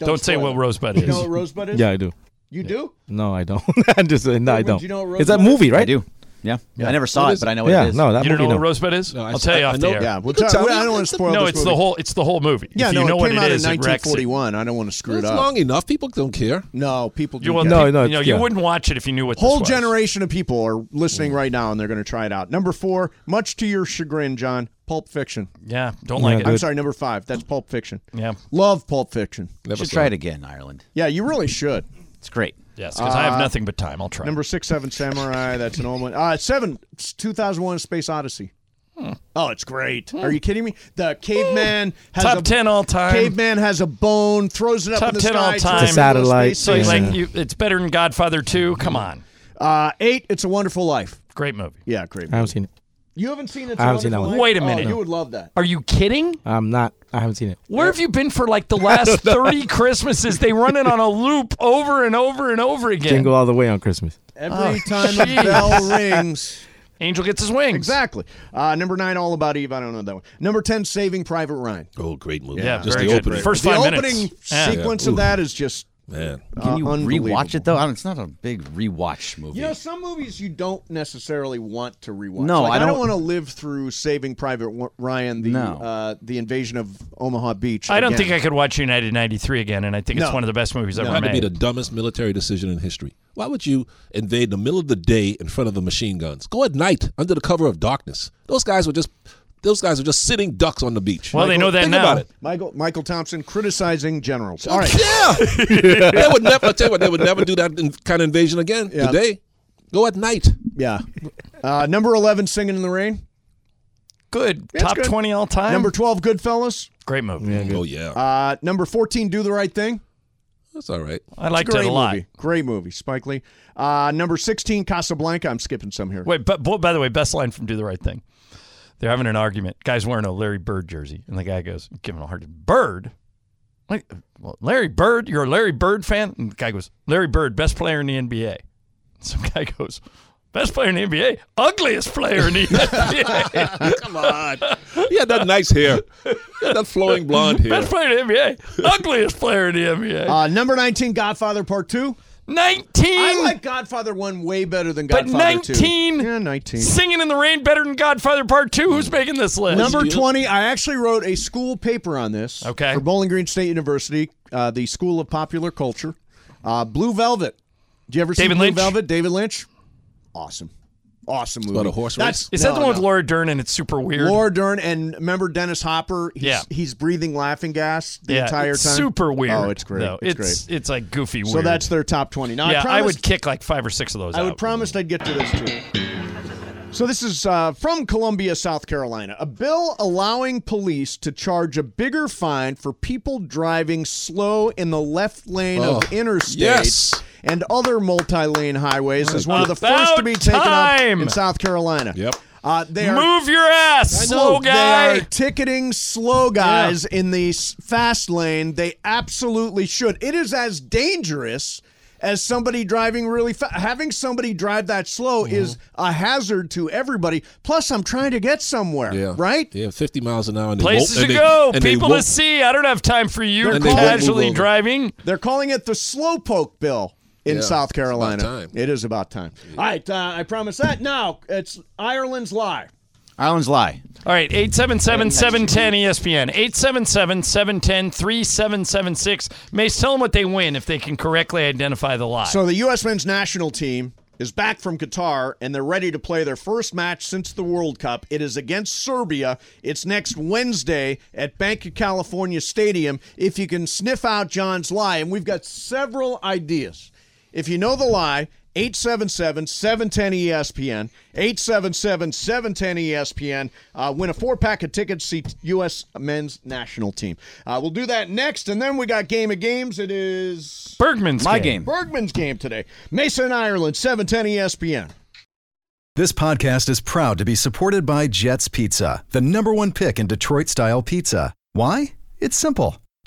Speaker 2: Don't say
Speaker 1: spoil
Speaker 2: what
Speaker 1: it.
Speaker 2: Rosebud
Speaker 1: You know
Speaker 2: is.
Speaker 1: what Rosebud is?
Speaker 5: Yeah, I do.
Speaker 1: You do?
Speaker 5: No, I don't. I just uh, no, I
Speaker 1: Wait,
Speaker 5: don't.
Speaker 1: do you know what
Speaker 5: it's that
Speaker 1: Rosebud is?
Speaker 5: movie, right?
Speaker 3: I do. Yeah. I never saw
Speaker 4: What
Speaker 3: it,
Speaker 4: is
Speaker 3: but I know what
Speaker 5: Yeah,
Speaker 3: it is.
Speaker 5: no, that
Speaker 2: You don't know
Speaker 5: movie.
Speaker 2: what
Speaker 5: no.
Speaker 2: Rosebud is?
Speaker 4: I-
Speaker 2: I'll tell you
Speaker 4: I-
Speaker 2: off
Speaker 4: I
Speaker 2: the
Speaker 4: know-
Speaker 2: air.
Speaker 1: Yeah. Well,
Speaker 4: could
Speaker 1: tell-
Speaker 4: tell
Speaker 1: well,
Speaker 4: me.
Speaker 1: I don't want to spoil
Speaker 2: No,
Speaker 1: this
Speaker 2: it's
Speaker 1: movie.
Speaker 2: the whole. It's the whole movie.
Speaker 1: Yeah,
Speaker 2: if
Speaker 1: no,
Speaker 2: you know
Speaker 1: it
Speaker 2: what
Speaker 1: came
Speaker 2: it
Speaker 1: out
Speaker 2: is,
Speaker 1: in
Speaker 2: it wrecks it.
Speaker 1: 1941. I don't want to screw
Speaker 4: It's
Speaker 1: it up.
Speaker 4: long enough. People don't care.
Speaker 1: No, people do
Speaker 2: You will
Speaker 1: get
Speaker 5: No,
Speaker 1: it.
Speaker 2: you
Speaker 5: no,
Speaker 2: know, you
Speaker 5: yeah.
Speaker 2: wouldn't watch it if you knew what this
Speaker 1: Whole
Speaker 2: was.
Speaker 1: generation of people are listening right now, and they're going to try it out. Number four, much to your chagrin, John, Pulp Fiction.
Speaker 2: Yeah, don't like
Speaker 1: I'm
Speaker 2: it.
Speaker 1: sorry, number five. That's Pulp Fiction.
Speaker 2: Yeah,
Speaker 1: Love Pulp Fiction.
Speaker 4: Never
Speaker 3: should
Speaker 4: saw
Speaker 3: try it again, Ireland.
Speaker 1: Yeah, you really should. Uh,
Speaker 3: It's great.
Speaker 2: yes, because I have nothing but time. I'll try.
Speaker 1: Number six, Seven Samurai. That's an old one. Uh, seven, it's 2001 Space Odyssey.
Speaker 2: Hmm.
Speaker 1: Oh, it's great. Are you kidding me? The caveman has
Speaker 2: Top
Speaker 1: a,
Speaker 2: ten all time.
Speaker 1: Caveman has a bone, throws it up
Speaker 2: Top
Speaker 1: in the
Speaker 2: 10 all
Speaker 1: sky.
Speaker 2: time.
Speaker 1: throws
Speaker 2: It's a
Speaker 1: it into
Speaker 5: satellite.
Speaker 1: space. Mm-hmm.
Speaker 2: So
Speaker 5: Yeah.
Speaker 2: like, you, it's better than Godfather 2. Come on,
Speaker 1: Uh, eight, It's a Wonderful Life.
Speaker 2: great movie.
Speaker 1: Yeah, great.
Speaker 5: I haven't seen it.
Speaker 1: You haven't seen it.
Speaker 5: I haven't seen that one.
Speaker 2: Wait a minute.
Speaker 1: Oh, you would love that.
Speaker 2: Are you kidding?
Speaker 5: I'm not. I haven't seen it.
Speaker 2: Where have you been for like the last 30 Christmases? They run it on a loop over and over and over again.
Speaker 5: Jingle all the way on Christmas.
Speaker 1: Every time the bell rings.
Speaker 2: "Oh, Angel gets his wings.
Speaker 1: Exactly. Uh, number nine, All About Eve. I don't know that one. Number ten, Saving Private Ryan.
Speaker 4: Oh, great movie.
Speaker 2: Yeah,
Speaker 4: Just
Speaker 2: very
Speaker 4: the
Speaker 2: good.
Speaker 4: opening.
Speaker 2: First
Speaker 1: the
Speaker 2: five
Speaker 1: opening
Speaker 2: minutes. Yeah.
Speaker 1: sequence of that is just
Speaker 4: Man.
Speaker 3: Can you
Speaker 1: Uh,
Speaker 3: rewatch it though? I don't, it's not a big rewatch movie.
Speaker 1: You know, some movies you don't necessarily want to rewatch.
Speaker 3: No,
Speaker 1: Like,
Speaker 3: I
Speaker 1: I don't,
Speaker 3: don't-
Speaker 1: want to live through Saving Private Wa- Ryan, the
Speaker 3: No.
Speaker 1: uh, the invasion of Omaha Beach.
Speaker 2: I don't
Speaker 1: again.
Speaker 2: think I could watch United 93 again, and I think it's
Speaker 1: No.
Speaker 2: one of the best movies ever
Speaker 4: That would be
Speaker 2: made.
Speaker 4: the dumbest military decision in history. Why would you invade the middle of the day in front of the machine guns? Go at night under the cover of darkness. Those guys were just those guys were just sitting ducks on the beach.
Speaker 2: Well, they know that
Speaker 4: think
Speaker 2: now.
Speaker 4: About it.
Speaker 1: Michael Michael Thompson criticizing generals. All right,
Speaker 4: Yeah. they would never I tell you what, they would never do that in, kind of invasion again
Speaker 1: Yeah.
Speaker 4: today. Go at night.
Speaker 1: yeah. Uh, number eleven, Singing in the Rain.
Speaker 2: good. Top
Speaker 1: good.
Speaker 2: 20 all time.
Speaker 1: Number twelve, Goodfellas.
Speaker 2: Great movie.
Speaker 4: Oh yeah.
Speaker 1: Uh, number fourteen, Do the Right Thing.
Speaker 4: That's all right.
Speaker 2: I liked
Speaker 1: Great
Speaker 2: it a lot.
Speaker 1: movie. Great movie, Spike Lee. Uh, number sixteen, Casablanca. I'm skipping some here.
Speaker 2: Wait, but, but by the way, best line from Do the Right Thing. They're having an argument. Guy's wearing a Larry Bird jersey, and the guy goes, "You're "Giving a hard bird." Like, well, Larry Bird, you're a Larry Bird fan? And the guy goes, Larry Bird, best player in the NBA. Some guy goes, best player in the NBA, ugliest player in the NBA.
Speaker 4: Come on. He had that nice hair. He had that flowing blonde hair.
Speaker 2: best player in the NBA, ugliest player in the NBA.
Speaker 1: Uh, number nineteen, Godfather Part Two.
Speaker 2: 19,
Speaker 1: I like Godfather One way better than
Speaker 2: But
Speaker 1: Godfather Two.
Speaker 2: 19
Speaker 1: Yeah, nineteen. Mm.
Speaker 2: singing in the rain better than Godfather Part 2. Who's making this list?
Speaker 1: Number 20, I actually wrote a school paper on this
Speaker 2: Okay.
Speaker 1: for Bowling Green State University, uh, the School of Popular Culture. Uh, Blue Velvet. Did you ever see
Speaker 2: David
Speaker 1: Blue
Speaker 2: Lynch?
Speaker 1: Velvet? David Lynch. Awesome. Awesome movie.
Speaker 4: About a horse
Speaker 1: That's-
Speaker 4: race?
Speaker 2: Is that
Speaker 1: no,
Speaker 2: the one with
Speaker 1: no.
Speaker 2: Laura Dern and it's super weird?
Speaker 1: Laura Dern and remember Dennis Hopper? He's,
Speaker 2: Yeah.
Speaker 1: He's breathing laughing gas the
Speaker 2: yeah,
Speaker 1: entire
Speaker 2: it's
Speaker 1: time.
Speaker 2: Super weird.
Speaker 1: Oh, it's great.
Speaker 2: though.
Speaker 1: It's,
Speaker 2: it's
Speaker 1: great.
Speaker 2: it's like goofy
Speaker 1: So
Speaker 2: weird.
Speaker 1: that's their top 20. Now,
Speaker 2: yeah.
Speaker 1: I,
Speaker 2: I
Speaker 1: promised-
Speaker 2: would kick like five or six of those.
Speaker 1: I would
Speaker 2: out.
Speaker 1: promised I'd get to this too. So this is uh, from Columbia, South Carolina. A bill allowing police to charge a bigger fine for people driving slow in the left lane
Speaker 4: Oh,
Speaker 1: of interstates
Speaker 4: yes.
Speaker 1: and other multi-lane highways is one of the first
Speaker 2: About
Speaker 1: to be taken up in
Speaker 2: time.
Speaker 1: South Carolina.
Speaker 4: Yep.
Speaker 1: Uh, they are
Speaker 2: Move your ass,
Speaker 1: I know,
Speaker 2: slow guy.
Speaker 1: They are ticketing slow guys in the s- fast lane. They absolutely should. It is as dangerous as somebody driving really fast. Having somebody drive that slow
Speaker 4: Mm-hmm.
Speaker 1: is a hazard to everybody. Plus, I'm trying to get somewhere,
Speaker 4: Yeah.
Speaker 1: right?
Speaker 4: Yeah, 50 miles an hour. And they
Speaker 2: Places
Speaker 4: won't- and
Speaker 2: to
Speaker 4: they-
Speaker 2: go,
Speaker 4: and they
Speaker 2: people to
Speaker 4: won't-
Speaker 2: see. I don't have time for you
Speaker 4: And they won't move
Speaker 2: casually
Speaker 4: over.
Speaker 2: driving.
Speaker 1: They're calling it the slowpoke bill. In
Speaker 4: Yeah,
Speaker 1: South
Speaker 4: it's about
Speaker 1: Carolina,
Speaker 4: time.
Speaker 1: it is about time. All right, uh, I promise that. Now it's Ireland's lie.
Speaker 3: Islands lie.
Speaker 2: All right, E 877-710-ESPN, 877-710-3776. Mace, tell them what they win if they can correctly identify the lie.
Speaker 1: So the U.S. men's national team is back from Qatar and they're ready to play their first match since the World Cup. It is against Serbia. It's next Wednesday at Bank of California Stadium. If you can sniff out John's lie, and we've got several ideas. If you know the lie, 877 710 ESPN, 877 710 ESPN. Uh, win a four pack of tickets, see U.S. men's national team. Uh, we'll do that next, and then we got Game of Games. It is.
Speaker 2: Bergman's
Speaker 3: My game.
Speaker 1: Bergman's game today. Mason, Ireland, E 710 ESPN.
Speaker 8: This podcast is proud to be supported by Jets Pizza, the number one pick in Detroit style pizza. Why? It's simple.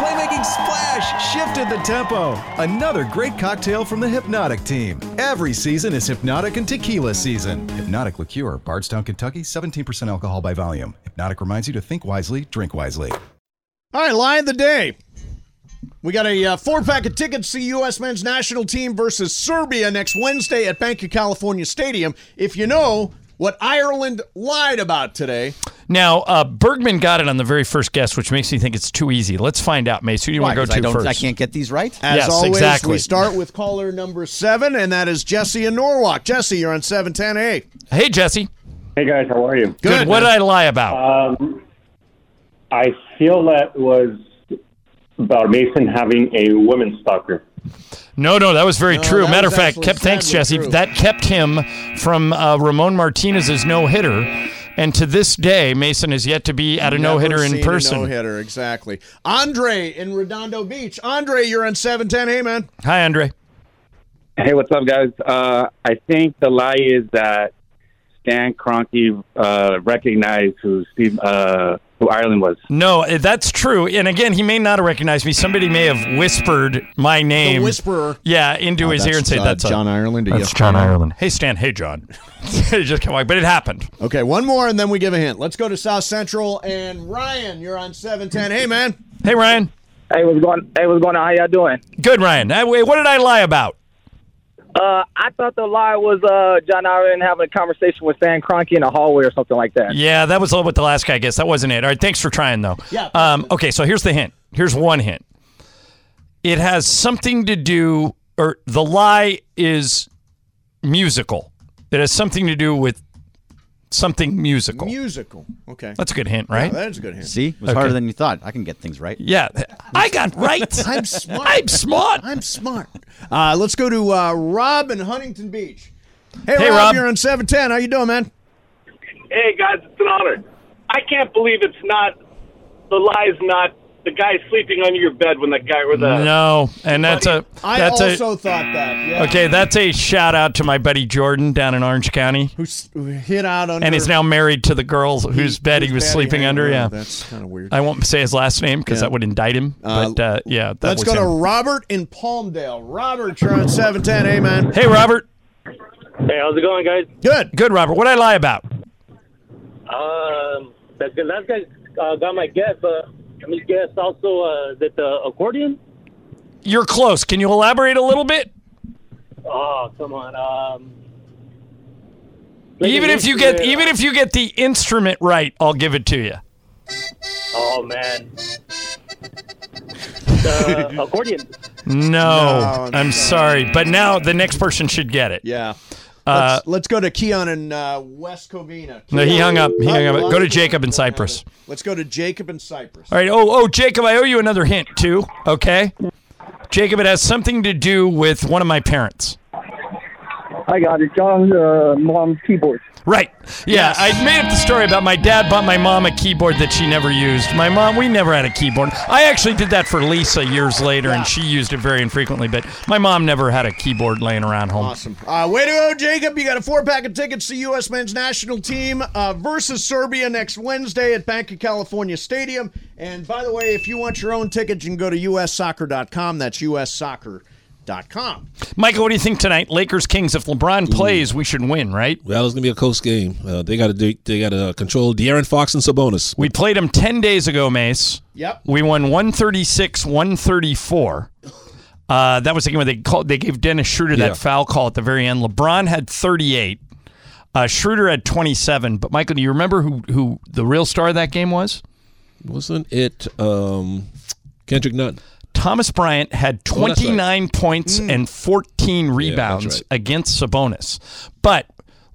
Speaker 8: playmaking splash shifted the tempo. Another great cocktail from the Hypnotic team. Every season is Hypnotic and Tequila season. Hypnotic Liqueur, Bardstown, Kentucky, 17% alcohol by volume. Hypnotic reminds you to think wisely, drink wisely.
Speaker 1: All right, lie of the day. We got a uh, four pack of tickets to U.S. men's national team versus Serbia next Wednesday at Bank of California Stadium. If you know what Ireland lied about today,
Speaker 2: Now, uh, Bergman got it on the very first guess, which makes me think it's too easy. Let's find out, Mace. Who do you
Speaker 3: Why?
Speaker 2: want to
Speaker 3: 'Cause
Speaker 2: go
Speaker 3: I
Speaker 2: to
Speaker 3: don't.
Speaker 2: first?
Speaker 3: I can't get these right.
Speaker 1: as
Speaker 2: Yes,
Speaker 1: always, we
Speaker 2: exactly.
Speaker 1: start with caller number seven, and that is Jesse in Norwalk. Jesse, you're on 710A.
Speaker 2: Hey, Jesse.
Speaker 9: Hey guys, how are you?
Speaker 2: Good. What did I lie about?
Speaker 9: Um, I feel that was about Mason having a women stalker.
Speaker 2: No, no, that was very true.
Speaker 9: that
Speaker 2: Matter of
Speaker 9: was
Speaker 2: fact,
Speaker 9: actually
Speaker 2: kept, thanks,
Speaker 9: sadly
Speaker 2: Jesse.
Speaker 9: true.
Speaker 2: That kept him from uh, Ramon Martinez's no hitter. And to this day, Mason has yet to be at a no
Speaker 1: Never
Speaker 2: hitter in
Speaker 1: seen a
Speaker 2: person.
Speaker 1: no-hitter, exactly. Andre in Redondo Beach. Andre, you're on 710. Hey, man.
Speaker 2: Hi, Andre.
Speaker 10: Hey, what's up, guys? Uh, I think the lie is that Stan Kroenke uh, recognized who Steve, uh, who Ireland was.
Speaker 2: No, eh, that's true. And again, he may not have recognized me. Somebody may have whispered my name.
Speaker 1: whisperer.
Speaker 2: Yeah, into
Speaker 1: Oh,
Speaker 2: his ear and
Speaker 1: that's,
Speaker 2: said,
Speaker 1: uh,
Speaker 2: that's
Speaker 1: John Ireland, That's yes.
Speaker 2: John Ireland. Hey, Stan. Hey, John. He just come like, but it happened.
Speaker 1: Okay, one more and then we give a hint. Let's go to South Central and Ryan, you're on 710. Hey, man.
Speaker 2: Hey, Ryan.
Speaker 11: Hey, what's going? Hey, what's going on? How y'all doing?
Speaker 2: Good, Ryan. That way- What did I lie about?
Speaker 11: Uh, I thought the lie was uh, John Ireland having a conversation with Stan Kroenke in a hallway or something like that.
Speaker 2: Yeah, that was a little bit the last guy, I guess. That wasn't it. All right, thanks for trying, though.
Speaker 11: Yeah.
Speaker 2: Um, okay, so here's the hint. Here's one hint. It has something to do, or the lie is musical. It has something to do with something musical.
Speaker 1: Musical. Okay.
Speaker 2: That's a good hint, right?
Speaker 1: Yeah, that is a good hint.
Speaker 3: See, it was
Speaker 2: Okay.
Speaker 3: harder than you thought. I can get things right.
Speaker 2: Yeah, I got right.
Speaker 1: I'm smart.
Speaker 2: I'm smart.
Speaker 1: I'm smart. Uh, let's go to uh, Rob in Huntington Beach. Hey,
Speaker 12: Hey,
Speaker 1: Rob,
Speaker 12: Rob.
Speaker 1: you're on 710. How you doing, man?
Speaker 12: Hey guys, it's an honor. I can't believe it's not the lie's not the guy sleeping under your bed when that guy with the
Speaker 2: No, and that's a
Speaker 1: I
Speaker 2: that's a
Speaker 1: also thought that. Yeah.
Speaker 2: okay. That's a shout out to my buddy Jordan down in Orange County,
Speaker 1: who's hit out under
Speaker 2: and is now married to the girl whose bed he was
Speaker 1: bed he
Speaker 2: sleeping
Speaker 1: had.
Speaker 2: under.
Speaker 1: Yeah,
Speaker 2: Yeah,
Speaker 1: that's kinda weird.
Speaker 2: I won't say his last name because
Speaker 1: Yeah.
Speaker 2: that would indict him.
Speaker 1: Uh,
Speaker 2: But uh, yeah, that
Speaker 1: Let's
Speaker 2: was
Speaker 1: go to
Speaker 2: him.
Speaker 1: Robert in Palmdale. Robert, you're on 710. Hey, man.
Speaker 2: Hey, Robert.
Speaker 12: Hey, how's it going, guys?
Speaker 1: Good.
Speaker 2: Good, Robert. What I lie about?
Speaker 12: Um, that the last guy uh, got my guess, but let me guess also uh, that the accordion.
Speaker 2: You're close. Can you elaborate a little bit?
Speaker 12: Oh, come on. Um,
Speaker 2: Even if you get even if you get the instrument right, I'll give it to you.
Speaker 12: oh man, the accordion.
Speaker 2: No,
Speaker 1: No,
Speaker 2: I'm sorry, but now the next person should get it.
Speaker 1: Yeah.
Speaker 2: Uh,
Speaker 1: let's, let's go to Keon in uh, West Covina.
Speaker 2: no, he hung up. He hung up. Go to
Speaker 1: Unbelievable.
Speaker 2: Jacob in Cyprus.
Speaker 1: Let's go to Jacob in Cyprus.
Speaker 2: All right. Oh, oh, Jacob, I owe you another hint too. Okay, Jacob, it has something to do with one of my parents.
Speaker 13: I got it. John, uh, mom's keyboard.
Speaker 2: Right. Yeah, I made up the story about my dad bought my mom a keyboard that she never used. My mom, we never had a keyboard. I actually did that for Lisa years later, and she used it very infrequently. But my mom never had a keyboard laying around home.
Speaker 1: Awesome. Uh, way to go, Jacob. You got a four pack of tickets to U.S. men's national team uh, versus Serbia next Wednesday at Bank of California Stadium. And by the way, if you want your own tickets, you can go to ussoccer.com. That's ussoccer.com.
Speaker 2: Michael, what do you think tonight? Lakers Kings. If LeBron plays, we should win, right?
Speaker 4: Well, it's gonna be a close game. Uh, they got to they, they got to control De'Aaron Fox and Sabonis.
Speaker 2: We played them ten days ago, Mace.
Speaker 1: Yep.
Speaker 2: We won one thirty six, one thirty four. Uh, that was the game where they called. They gave Dennis Schroeder
Speaker 4: Yeah.
Speaker 2: that foul call at the very end. LeBron had thirty eight. Uh, Schroeder had twenty seven. But Michael, do you remember who who the real star of that game was?
Speaker 4: Wasn't it um, Kendrick Nunn?
Speaker 2: Thomas Bryant had
Speaker 4: Oh, that's right.
Speaker 2: 29 points and 14 rebounds
Speaker 4: right.
Speaker 2: against Sabonis. But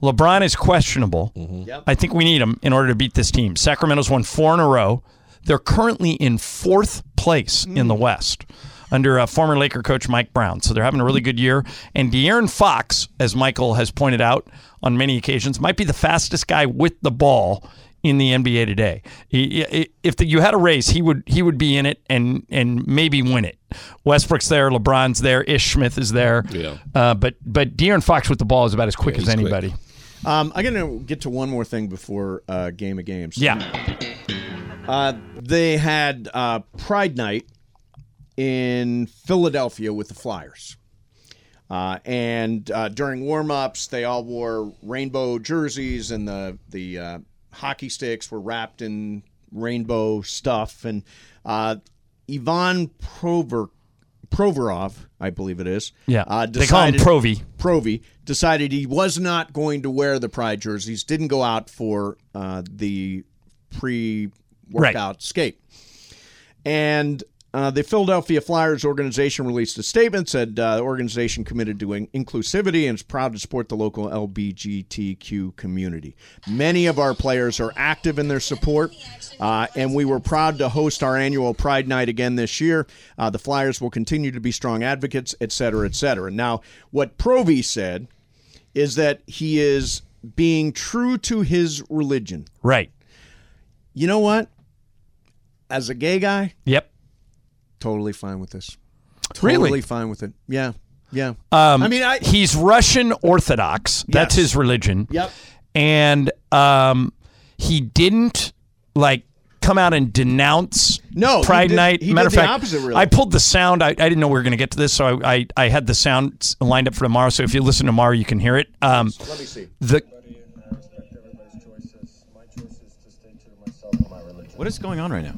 Speaker 2: LeBron is questionable.
Speaker 4: Mm-hmm.
Speaker 2: I think we need him in order to beat this team. Sacramento's won four in a row. They're currently in fourth place in the West under uh, former Laker coach Mike Brown. So they're having a really good year. And De'Aaron Fox, as Michael has pointed out on many occasions, might be the fastest guy with the ball in the NBA today. He- he- If the, you had a race, he would he would be in it and and maybe win it. Westbrook's there, LeBron's there, Ish Smith is there. Yeah. Uh, but but De'Aaron Fox with the ball is about as quick as anybody.
Speaker 1: Um, I'm going to get to one more thing before uh, Game of Games.
Speaker 2: Yeah.
Speaker 1: Uh, they had uh, Pride Night in Philadelphia with the Flyers. Uh, and uh, during warm-ups, they all wore rainbow jerseys, and the the uh, hockey sticks were wrapped in rainbow stuff. And uh, Ivan Prover Provorov, I believe it is.
Speaker 2: Yeah.
Speaker 1: uh,
Speaker 2: They call him Provy.
Speaker 1: Provy decided he was not going to wear the pride jerseys. Didn't go out for uh, the pre-workout skate, and Uh, the Philadelphia Flyers organization released a statement said uh, the organization committed to in- inclusivity and is proud to support the local LBGTQ community. Many of our players are active in their support, uh, and we were proud to host our annual Pride Night again this year. Uh, the Flyers will continue to be strong advocates, et cetera, et cetera. Now, what Provy said is that he is being true to his religion.
Speaker 2: Right.
Speaker 1: You know what? As a gay guy,
Speaker 2: Yep.
Speaker 1: totally fine with this.
Speaker 2: Really?
Speaker 1: Totally fine with it. Yeah. Yeah.
Speaker 2: Um,
Speaker 1: I mean, I
Speaker 2: he's Russian Orthodox. That's
Speaker 1: Yes.
Speaker 2: his religion.
Speaker 1: Yep.
Speaker 2: And um, he didn't like come out and denounce
Speaker 1: No, he
Speaker 2: Pride
Speaker 1: did-
Speaker 2: Night.
Speaker 1: he did
Speaker 2: Matter of
Speaker 1: the
Speaker 2: fact,
Speaker 1: opposite, really.
Speaker 2: I pulled the sound. I, I didn't know we were going to get to this, so I, I, I had the sound s- lined up for tomorrow. So if you listen tomorrow, you can hear it. Um,
Speaker 1: Let me see.
Speaker 2: The
Speaker 3: What is going on right now?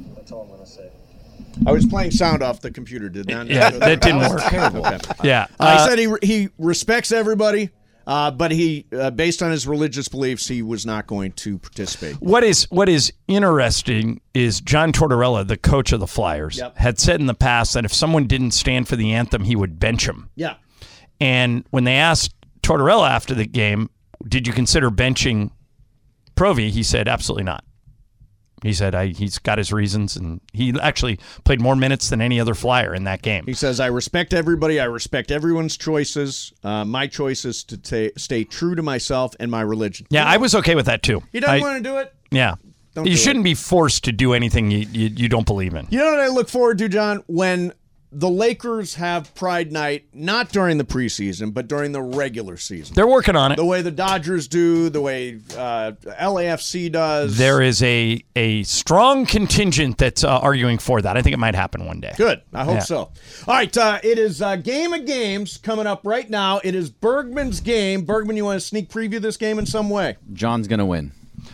Speaker 1: I was playing sound off the computer. Did not.
Speaker 3: Yeah, that didn't
Speaker 1: was
Speaker 3: work.
Speaker 1: Terrible. Okay.
Speaker 2: Yeah.
Speaker 1: Uh,
Speaker 2: Uh,
Speaker 1: he said he he respects everybody, uh, but he, uh, based on his religious beliefs, he was not going to participate.
Speaker 2: What is what is interesting is John Tortorella, the coach of the Flyers,
Speaker 1: Yep.
Speaker 2: had said in the past that if someone didn't stand for the anthem, he would bench him.
Speaker 1: Yeah.
Speaker 2: And when they asked Tortorella after the game, did you consider benching Provi? He said, absolutely not. He said I, he's got his reasons, and he actually played more minutes than any other Flyer in that game.
Speaker 1: He says, "I respect everybody. I respect everyone's choices. Uh, my choice is to ta- stay true to myself and my religion."
Speaker 2: Yeah, I was okay with that too.
Speaker 1: He doesn't
Speaker 2: I-
Speaker 1: want to do it.
Speaker 2: Yeah,
Speaker 1: Don't
Speaker 2: you
Speaker 1: do it.
Speaker 2: shouldn't be forced to do anything you, you, you don't believe in.
Speaker 1: You know what I look forward to, John? When the Lakers have Pride Night, not during the preseason, but during the regular season.
Speaker 2: They're working on it.
Speaker 1: The way the Dodgers do, the way uh, LAFC does.
Speaker 2: There is a a strong contingent that's uh, arguing for that. I think it might happen one day.
Speaker 1: Good. I hope
Speaker 2: Yeah.
Speaker 1: so. All right. Uh, it is uh, Game of Games coming up right now. It is Bergman's game. Bergman, you want to sneak preview this game in some way?
Speaker 3: John's gonna win.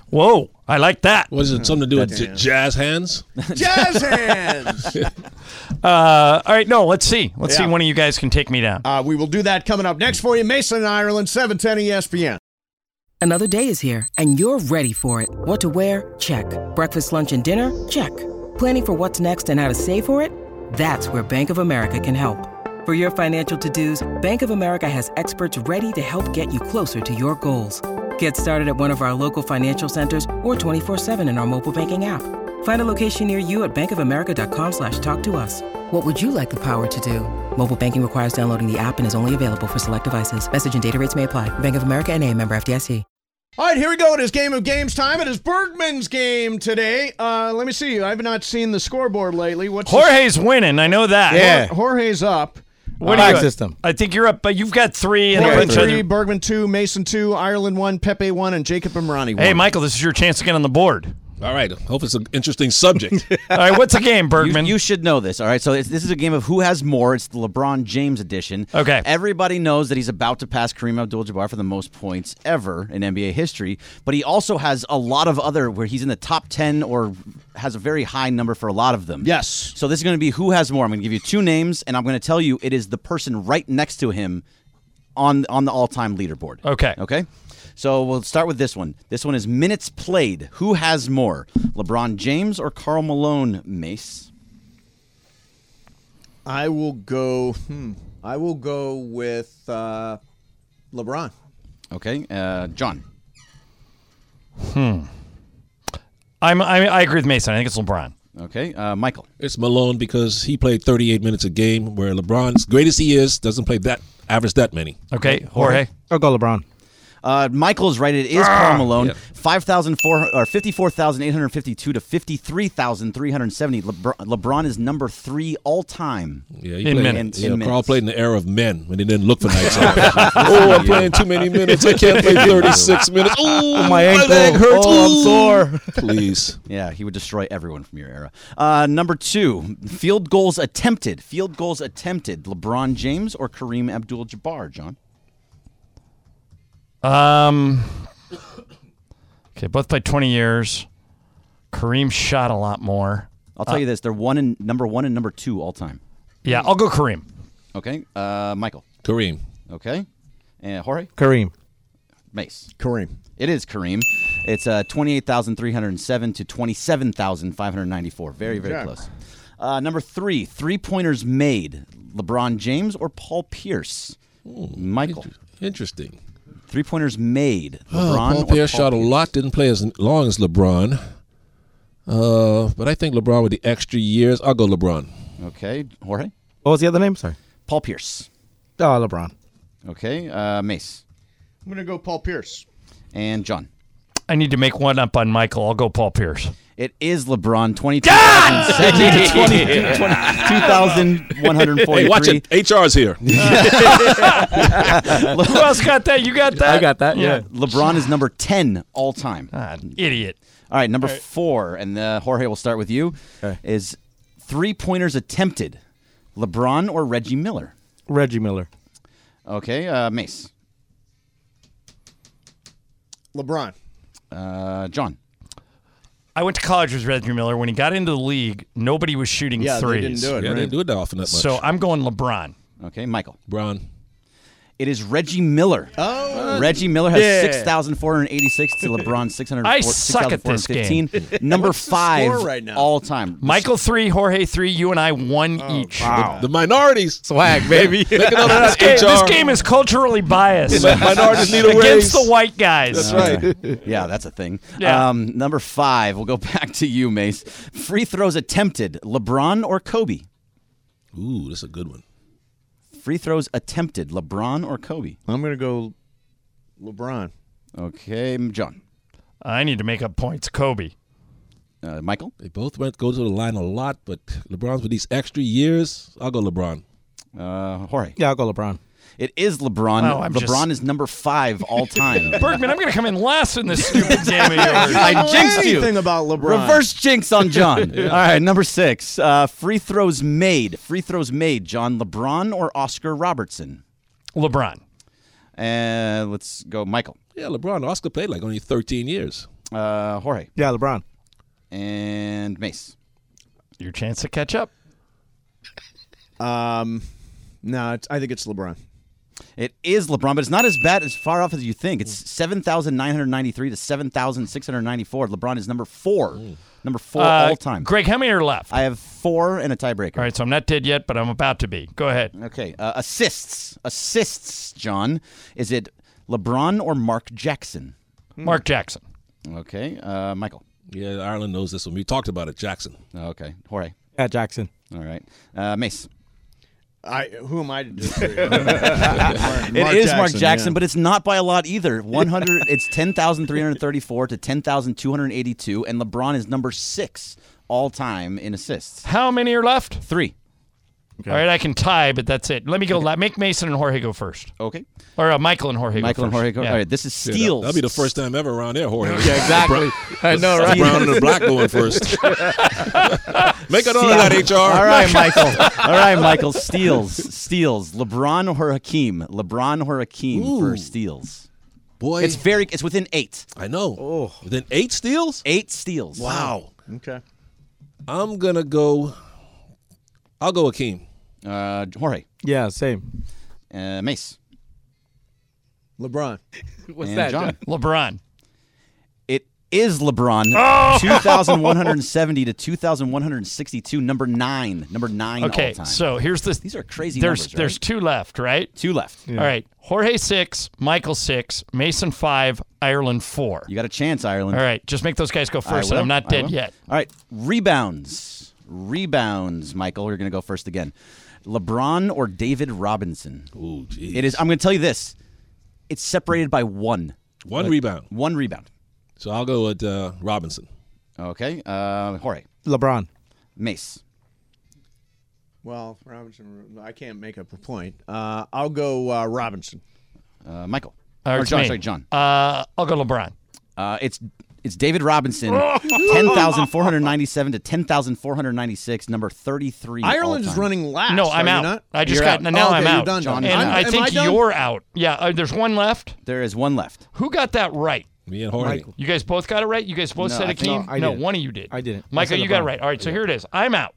Speaker 2: Whoa, I like that.
Speaker 4: What is it? Something to do with
Speaker 3: That's-
Speaker 4: j- jazz hands?
Speaker 1: Jazz hands.
Speaker 2: Uh, all right, no, let's see. Let's
Speaker 1: Yeah.
Speaker 2: see one of you guys can take me down.
Speaker 1: Uh, we will do that coming up next for you. Mason in Ireland, E 710 ESPN.
Speaker 14: Another day is here, and you're ready for it. What to wear? Check. Breakfast, lunch, and dinner? Check. Planning for what's next and how to save for it? That's where Bank of America can help. For your financial to-dos, Bank of America has experts ready to help get you closer to your goals. Get started at one of our local financial centers or 24-7 in our mobile banking app. Find a location near you at bankofamerica.com slash talk to us. What would you like the power to do? Mobile banking requires downloading the app and is only available for select devices. Message and data rates may apply. Bank of America and a member FDIC.
Speaker 1: All right, here we go. It is Game of Games time. It is Bergman's game today. Uh, let me see. I've not seen the scoreboard lately. What's the-
Speaker 2: Jorge's winning. I know that.
Speaker 1: Yeah. Jorge's up.
Speaker 2: What
Speaker 1: Uh,
Speaker 2: are you
Speaker 1: Flag
Speaker 2: at?
Speaker 1: system.
Speaker 2: I think you're up, but you've got three and a
Speaker 1: Jorge
Speaker 2: bunch of
Speaker 1: three,
Speaker 2: other.
Speaker 1: Bergman two, Mason two, Ireland one, Pepe one, and Jacob Imrani one.
Speaker 2: Hey, Michael, this is your chance to get on the board.
Speaker 4: All right. Hope it's an interesting subject.
Speaker 2: All right, what's the game, Bergman?
Speaker 3: You, should know this. All right, so it's, this is a game of who has more. It's the LeBron James edition.
Speaker 2: Okay.
Speaker 3: Everybody knows that he's about to pass Kareem Abdul-Jabbar for the most points ever in NBA history, but he also has a lot of other where he's in the top ten or has a very high number for a lot of them.
Speaker 1: Yes.
Speaker 3: So this is going to be who has more. I'm going to give you two names, and I'm going to tell you it is the person right next to him on on the all-time leaderboard.
Speaker 2: Okay.
Speaker 3: Okay. So we'll start with this one. This one is minutes played. Who has more, LeBron James or Carl Malone? Mace.
Speaker 1: I will go. Hmm, I will go with uh, LeBron.
Speaker 3: Okay. Uh, John.
Speaker 2: Hmm. I'm, I, I agree with Mason. I think it's LeBron.
Speaker 3: Okay. Uh, Michael.
Speaker 4: It's Malone because he played 38 minutes a game, where LeBron's great as he is doesn't play that average that many.
Speaker 2: Okay, Jorge.
Speaker 3: I'll go LeBron. Uh, Michael's right. It is Carl Malone.
Speaker 4: Yeah.
Speaker 3: Five thousand four or fifty-four thousand eight hundred fifty-two to fifty-three thousand three hundred seventy. LeBron, LeBron is number three all time.
Speaker 4: Yeah, he played, Yeah, Carl played in the era of men when they didn't look for nights out.
Speaker 3: Oh,
Speaker 4: oh, I'm playing too many minutes. I can't play 36 minutes. Oh,
Speaker 3: My
Speaker 4: my,
Speaker 3: ankle.
Speaker 4: leg hurts.
Speaker 3: Oh, I'm
Speaker 4: Ooh. Please.
Speaker 3: Yeah, he would destroy everyone from your era. Uh, number two, field goals attempted. Field goals attempted. LeBron James or Kareem Abdul-Jabbar, John?
Speaker 2: Um, okay, both played 20 years. Kareem shot a lot more.
Speaker 3: I'll tell you this: they're one and number one and number two all time.
Speaker 2: Uh, Yeah, I'll go Kareem.
Speaker 3: Okay, uh, Michael.
Speaker 4: Kareem.
Speaker 3: Okay, and Jorge.
Speaker 5: Kareem.
Speaker 3: Mace.
Speaker 1: Kareem.
Speaker 3: It is Kareem. It's uh, twenty-eight thousand three hundred seven to twenty-seven thousand five hundred ninety-four. Very, very
Speaker 1: Okay.
Speaker 3: close. Uh, number three, three pointers made: LeBron James or Paul Pierce? Michael.
Speaker 4: Hmm, Interesting.
Speaker 3: Three pointers made: LeBron
Speaker 4: Oh,
Speaker 3: or
Speaker 4: Paul Pierce
Speaker 3: Paul
Speaker 4: shot a lot, didn't play as long as LeBron. Uh, but I think LeBron with the extra years, I'll go LeBron.
Speaker 3: Okay, Jorge.
Speaker 5: What was the other name? Sorry.
Speaker 3: Paul Pierce.
Speaker 5: Oh, LeBron.
Speaker 3: Okay, uh, Mace
Speaker 1: I'm going to go Paul Pierce.
Speaker 3: and John.
Speaker 2: I need to make one up on Michael. I'll go Paul Pierce.
Speaker 3: It is LeBron. Twenty two thousand twenty two thousand one hundred forty three.
Speaker 4: Hey, watch it. HR's here.
Speaker 2: Who else got that? You got that? Ah,
Speaker 3: LeBron is number 10 all time.
Speaker 2: idiot.
Speaker 3: All right, number four, and uh, Jorge, we'll start with you, is three pointers attempted LeBron or Reggie Miller?
Speaker 5: Reggie Miller.
Speaker 3: Okay, uh, Mace,
Speaker 1: LeBron.
Speaker 3: uh, John.
Speaker 2: I went to college with Reggie Miller. When he got into the league, nobody was shooting
Speaker 3: Yeah, they
Speaker 2: threes.
Speaker 3: didn't do it, Yeah, they right? didn't do it that often that much.
Speaker 2: So I'm going LeBron.
Speaker 3: Okay, Michael.
Speaker 4: Brown.
Speaker 3: It is Reggie Miller.
Speaker 1: Oh,
Speaker 3: Reggie Miller has
Speaker 2: Yeah.
Speaker 3: 6,486 to LeBron's
Speaker 2: I suck at this game.
Speaker 3: 6,415. Number five all time.
Speaker 2: Michael three, Jorge three, you and I one each.
Speaker 4: Wow. The, the minorities.
Speaker 5: Swag, baby.
Speaker 4: Look at all
Speaker 2: this,
Speaker 4: that
Speaker 2: game, this
Speaker 4: HR.
Speaker 2: game is culturally biased.
Speaker 4: Minorities need a raise.
Speaker 2: against the white guys.
Speaker 3: right. yeah, that's a thing.
Speaker 2: Yeah.
Speaker 3: Um, number five, we'll go back to you, Mace. Free throws attempted, LeBron or Kobe?
Speaker 4: Ooh, that's a good one.
Speaker 3: Free throws attempted, LeBron or Kobe?
Speaker 1: I'm going to go LeBron.
Speaker 3: Okay, m- John.
Speaker 2: I need to make up points. Kobe.
Speaker 3: Uh, Michael?
Speaker 4: They both went go to the line a lot, but LeBron's with these extra years, I'll go LeBron.
Speaker 3: Uh, Jorge.
Speaker 5: Yeah, I'll go LeBron.
Speaker 3: It is LeBron.
Speaker 2: Oh, I'm
Speaker 3: LeBron
Speaker 2: just-
Speaker 3: is number five all time.
Speaker 2: Bergman, I'm going to come in last in this stupid game of yours.
Speaker 3: I jinxed you.
Speaker 1: Anything about LeBron.
Speaker 3: Reverse jinx on John. All
Speaker 1: Yeah.
Speaker 3: right, number six. Uh, free throws made. Free throws made. John LeBron or Oscar Robertson?
Speaker 2: LeBron.
Speaker 3: Uh, let's go, Michael.
Speaker 4: Yeah, LeBron. Oscar played like only 13 years.
Speaker 3: Uh, Jorge
Speaker 5: Yeah, LeBron.
Speaker 3: and Mace.
Speaker 2: Your chance to catch up.
Speaker 1: Um, no, it's, I think it's LeBron.
Speaker 3: It is LeBron, but it's not as bad as far off as you think. It's seven thousand nine hundred ninety-three to seven thousand six hundred ninety-four. LeBron is number four, number four
Speaker 2: Mm. Uh,
Speaker 3: all time.
Speaker 2: Greg, how many are left?
Speaker 3: I have four and a tiebreaker.
Speaker 2: All right, so I'm not dead yet, but I'm about to be. Go ahead.
Speaker 3: Okay, uh, assists, assists. John, is it LeBron or Mark Jackson?
Speaker 2: Hmm. Mark Jackson.
Speaker 3: Okay, uh, Michael.
Speaker 4: Yeah, Ireland knows this one. We talked about it, Jackson.
Speaker 3: Okay, Jorge.
Speaker 5: Yeah, Jackson.
Speaker 3: All right, uh, Mace.
Speaker 1: I who am I to
Speaker 3: it is Mark Jackson, but it's not by a lot either. One hundred, it's ten thousand three hundred thirty-four to ten thousand two hundred eighty-two, and LeBron is number six all time in assists.
Speaker 2: How many are left?
Speaker 3: Three.
Speaker 2: All right, I can tie, but that's it. Let me go. la- Make Mason and Jorge go first.
Speaker 3: Okay.
Speaker 2: Or uh, Michael and Jorge.
Speaker 3: Michael
Speaker 2: go
Speaker 3: and
Speaker 2: first.
Speaker 3: Jorge go-
Speaker 2: Yeah.
Speaker 3: all right, this is
Speaker 4: Yeah,
Speaker 3: steals.
Speaker 4: that- That'll be the first time ever around there, Jorge.
Speaker 3: Yeah, exactly. I know, right?
Speaker 4: Brown and the black going first. Make it all
Speaker 3: Steals.
Speaker 4: about HR.
Speaker 3: All right, Michael. All right, Michael. Steals. Steals. LeBron or Hakeem? LeBron or Hakeem for
Speaker 4: Ooh.
Speaker 3: steals.
Speaker 4: Boy.
Speaker 3: It's very. It's within eight.
Speaker 4: I know. Oh. Then eight steals?
Speaker 3: Eight steals.
Speaker 4: Wow.
Speaker 1: Okay.
Speaker 4: I'm going to go. I'll go Akeem.
Speaker 3: Uh, Jorge.
Speaker 5: Yeah, same.
Speaker 3: Uh, Mace.
Speaker 1: LeBron.
Speaker 5: What's
Speaker 3: and John.
Speaker 2: LeBron.
Speaker 3: It is LeBron.
Speaker 2: Oh!
Speaker 3: 2,170 to 2,162. Number nine. Number nine
Speaker 2: Okay,
Speaker 3: all time.
Speaker 2: so here's the.
Speaker 3: These are crazy
Speaker 2: There's
Speaker 3: numbers, right?
Speaker 2: there's two left, right?
Speaker 3: Two left.
Speaker 2: All right, Jorge six, Michael six, Mason five, Ireland four.
Speaker 3: You got a chance,
Speaker 2: All
Speaker 3: Ireland.
Speaker 2: right, just make those guys go first, and
Speaker 3: will.
Speaker 2: I'm
Speaker 3: I
Speaker 2: not dead
Speaker 3: will.
Speaker 2: yet.
Speaker 3: All right, rebounds, rebounds. Michael, you're going to go first again. LeBron or David Robinson?
Speaker 4: Ooh, geez.
Speaker 3: It is. I'm going to tell you this. It's separated by one.
Speaker 4: One rebound.
Speaker 3: One rebound.
Speaker 4: So I'll go with uh, Robinson.
Speaker 3: Okay. Uh, Jorge,
Speaker 5: LeBron.
Speaker 3: Mace.
Speaker 1: Well, Robinson, I can't make up a point. Uh, I'll go uh, Robinson.
Speaker 3: Uh, Michael.
Speaker 2: All right,
Speaker 3: or
Speaker 2: it's
Speaker 3: John.
Speaker 2: me.
Speaker 3: Sorry, John.
Speaker 2: Uh, I'll go LeBron.
Speaker 3: Uh, it's it's David Robinson. Ten thousand four hundred ninety-seven to ten thousand four hundred ninety-six. Number thirty-three.
Speaker 1: Ireland's
Speaker 3: all-time.
Speaker 1: running last.
Speaker 2: no, I'm
Speaker 1: are you
Speaker 2: out.
Speaker 1: not?
Speaker 2: I just
Speaker 3: You're
Speaker 2: got
Speaker 3: out.
Speaker 2: now.
Speaker 1: Oh, okay,
Speaker 2: I'm
Speaker 1: you're
Speaker 2: out.
Speaker 1: done.
Speaker 3: John,
Speaker 2: and
Speaker 3: you're out.
Speaker 2: I
Speaker 1: Am I
Speaker 2: think
Speaker 1: done?
Speaker 2: you're out. Yeah, uh, there's one left.
Speaker 3: There is one left.
Speaker 2: Who got that right?
Speaker 4: Me and Jorge.
Speaker 5: Michael.
Speaker 2: You guys both got it right. You guys both
Speaker 3: No,
Speaker 2: said
Speaker 3: I
Speaker 2: Akeem.
Speaker 5: No, I
Speaker 2: no,
Speaker 5: didn't.
Speaker 2: one of you did.
Speaker 5: I didn't. I
Speaker 2: Michael,
Speaker 5: said
Speaker 2: you got it
Speaker 5: LeBron.
Speaker 2: right. All right, so here it is. I'm out.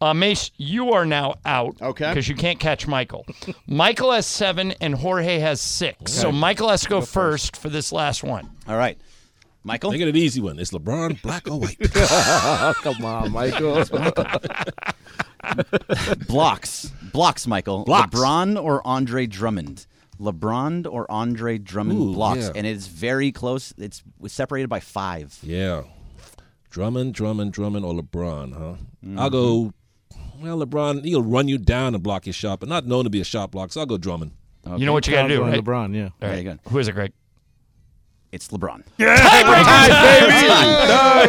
Speaker 2: Uh, Mace, you are now out.
Speaker 1: Okay.
Speaker 2: Because you can't catch Michael. Michael has seven and Jorge has six. So Michael has to go, first, for this last one.
Speaker 3: All right. Michael?
Speaker 4: Make it an easy one. It's LeBron, black or white.
Speaker 3: Come on, Michael. Blocks. Blocks, Michael.
Speaker 4: Blocks.
Speaker 3: LeBron or Andre Drummond? LeBron or Andre Drummond
Speaker 4: Ooh,
Speaker 3: blocks.
Speaker 4: yeah.
Speaker 3: And it's very close. It's separated by five.
Speaker 4: Yeah. Drummond, Drummond, Drummond, or LeBron, huh? I'll go.
Speaker 3: Mm-hmm.
Speaker 4: Well, LeBron, he'll run you down and block your shot, but not known to be a shot block, so I'll go Drummond.
Speaker 2: You know what you got to do, right? All
Speaker 3: Very
Speaker 2: right.
Speaker 3: good.
Speaker 2: Who is it, Greg?
Speaker 3: It's LeBron.
Speaker 2: Yeah.
Speaker 3: Tiebreaker
Speaker 2: Tiebreaker
Speaker 3: time,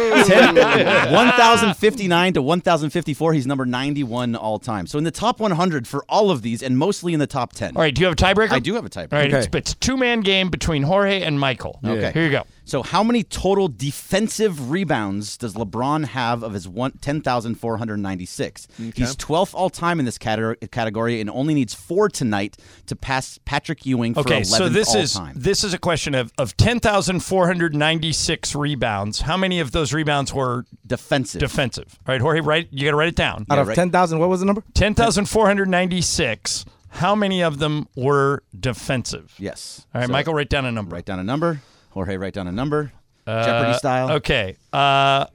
Speaker 3: baby!
Speaker 2: time, baby!
Speaker 3: Ten- 1,059 to 1,054. He's number 91 all time. So in the top 100 for all of these, and mostly in the top 10.
Speaker 2: All right, do you have a tiebreaker?
Speaker 3: I do have a tiebreaker.
Speaker 2: All right, it's, it's a two man game between Jorge and Michael.
Speaker 3: Okay.
Speaker 2: Here you go.
Speaker 3: So, how many total defensive rebounds does LeBron have of his one- 10,496? He's 12th all time in this cate- category and only needs four tonight to pass Patrick Ewing for
Speaker 2: Okay,
Speaker 3: 11th
Speaker 2: so this
Speaker 3: all
Speaker 2: is
Speaker 3: time.
Speaker 2: this is a question of of ten thousand four hundred ninety six rebounds. How many of those rebounds were
Speaker 3: defensive?
Speaker 2: Defensive. All right, Jorge, write you got to write it down.
Speaker 5: Out of ten thousand, what was the number?
Speaker 2: ten thousand four hundred ninety six, how many of them were defensive?
Speaker 3: Yes.
Speaker 2: All right,
Speaker 3: So-
Speaker 2: Michael, write down a number.
Speaker 3: Write down a number. Jorge, write down a number.
Speaker 2: Uh,
Speaker 3: Jeopardy style.
Speaker 2: Okay, uh,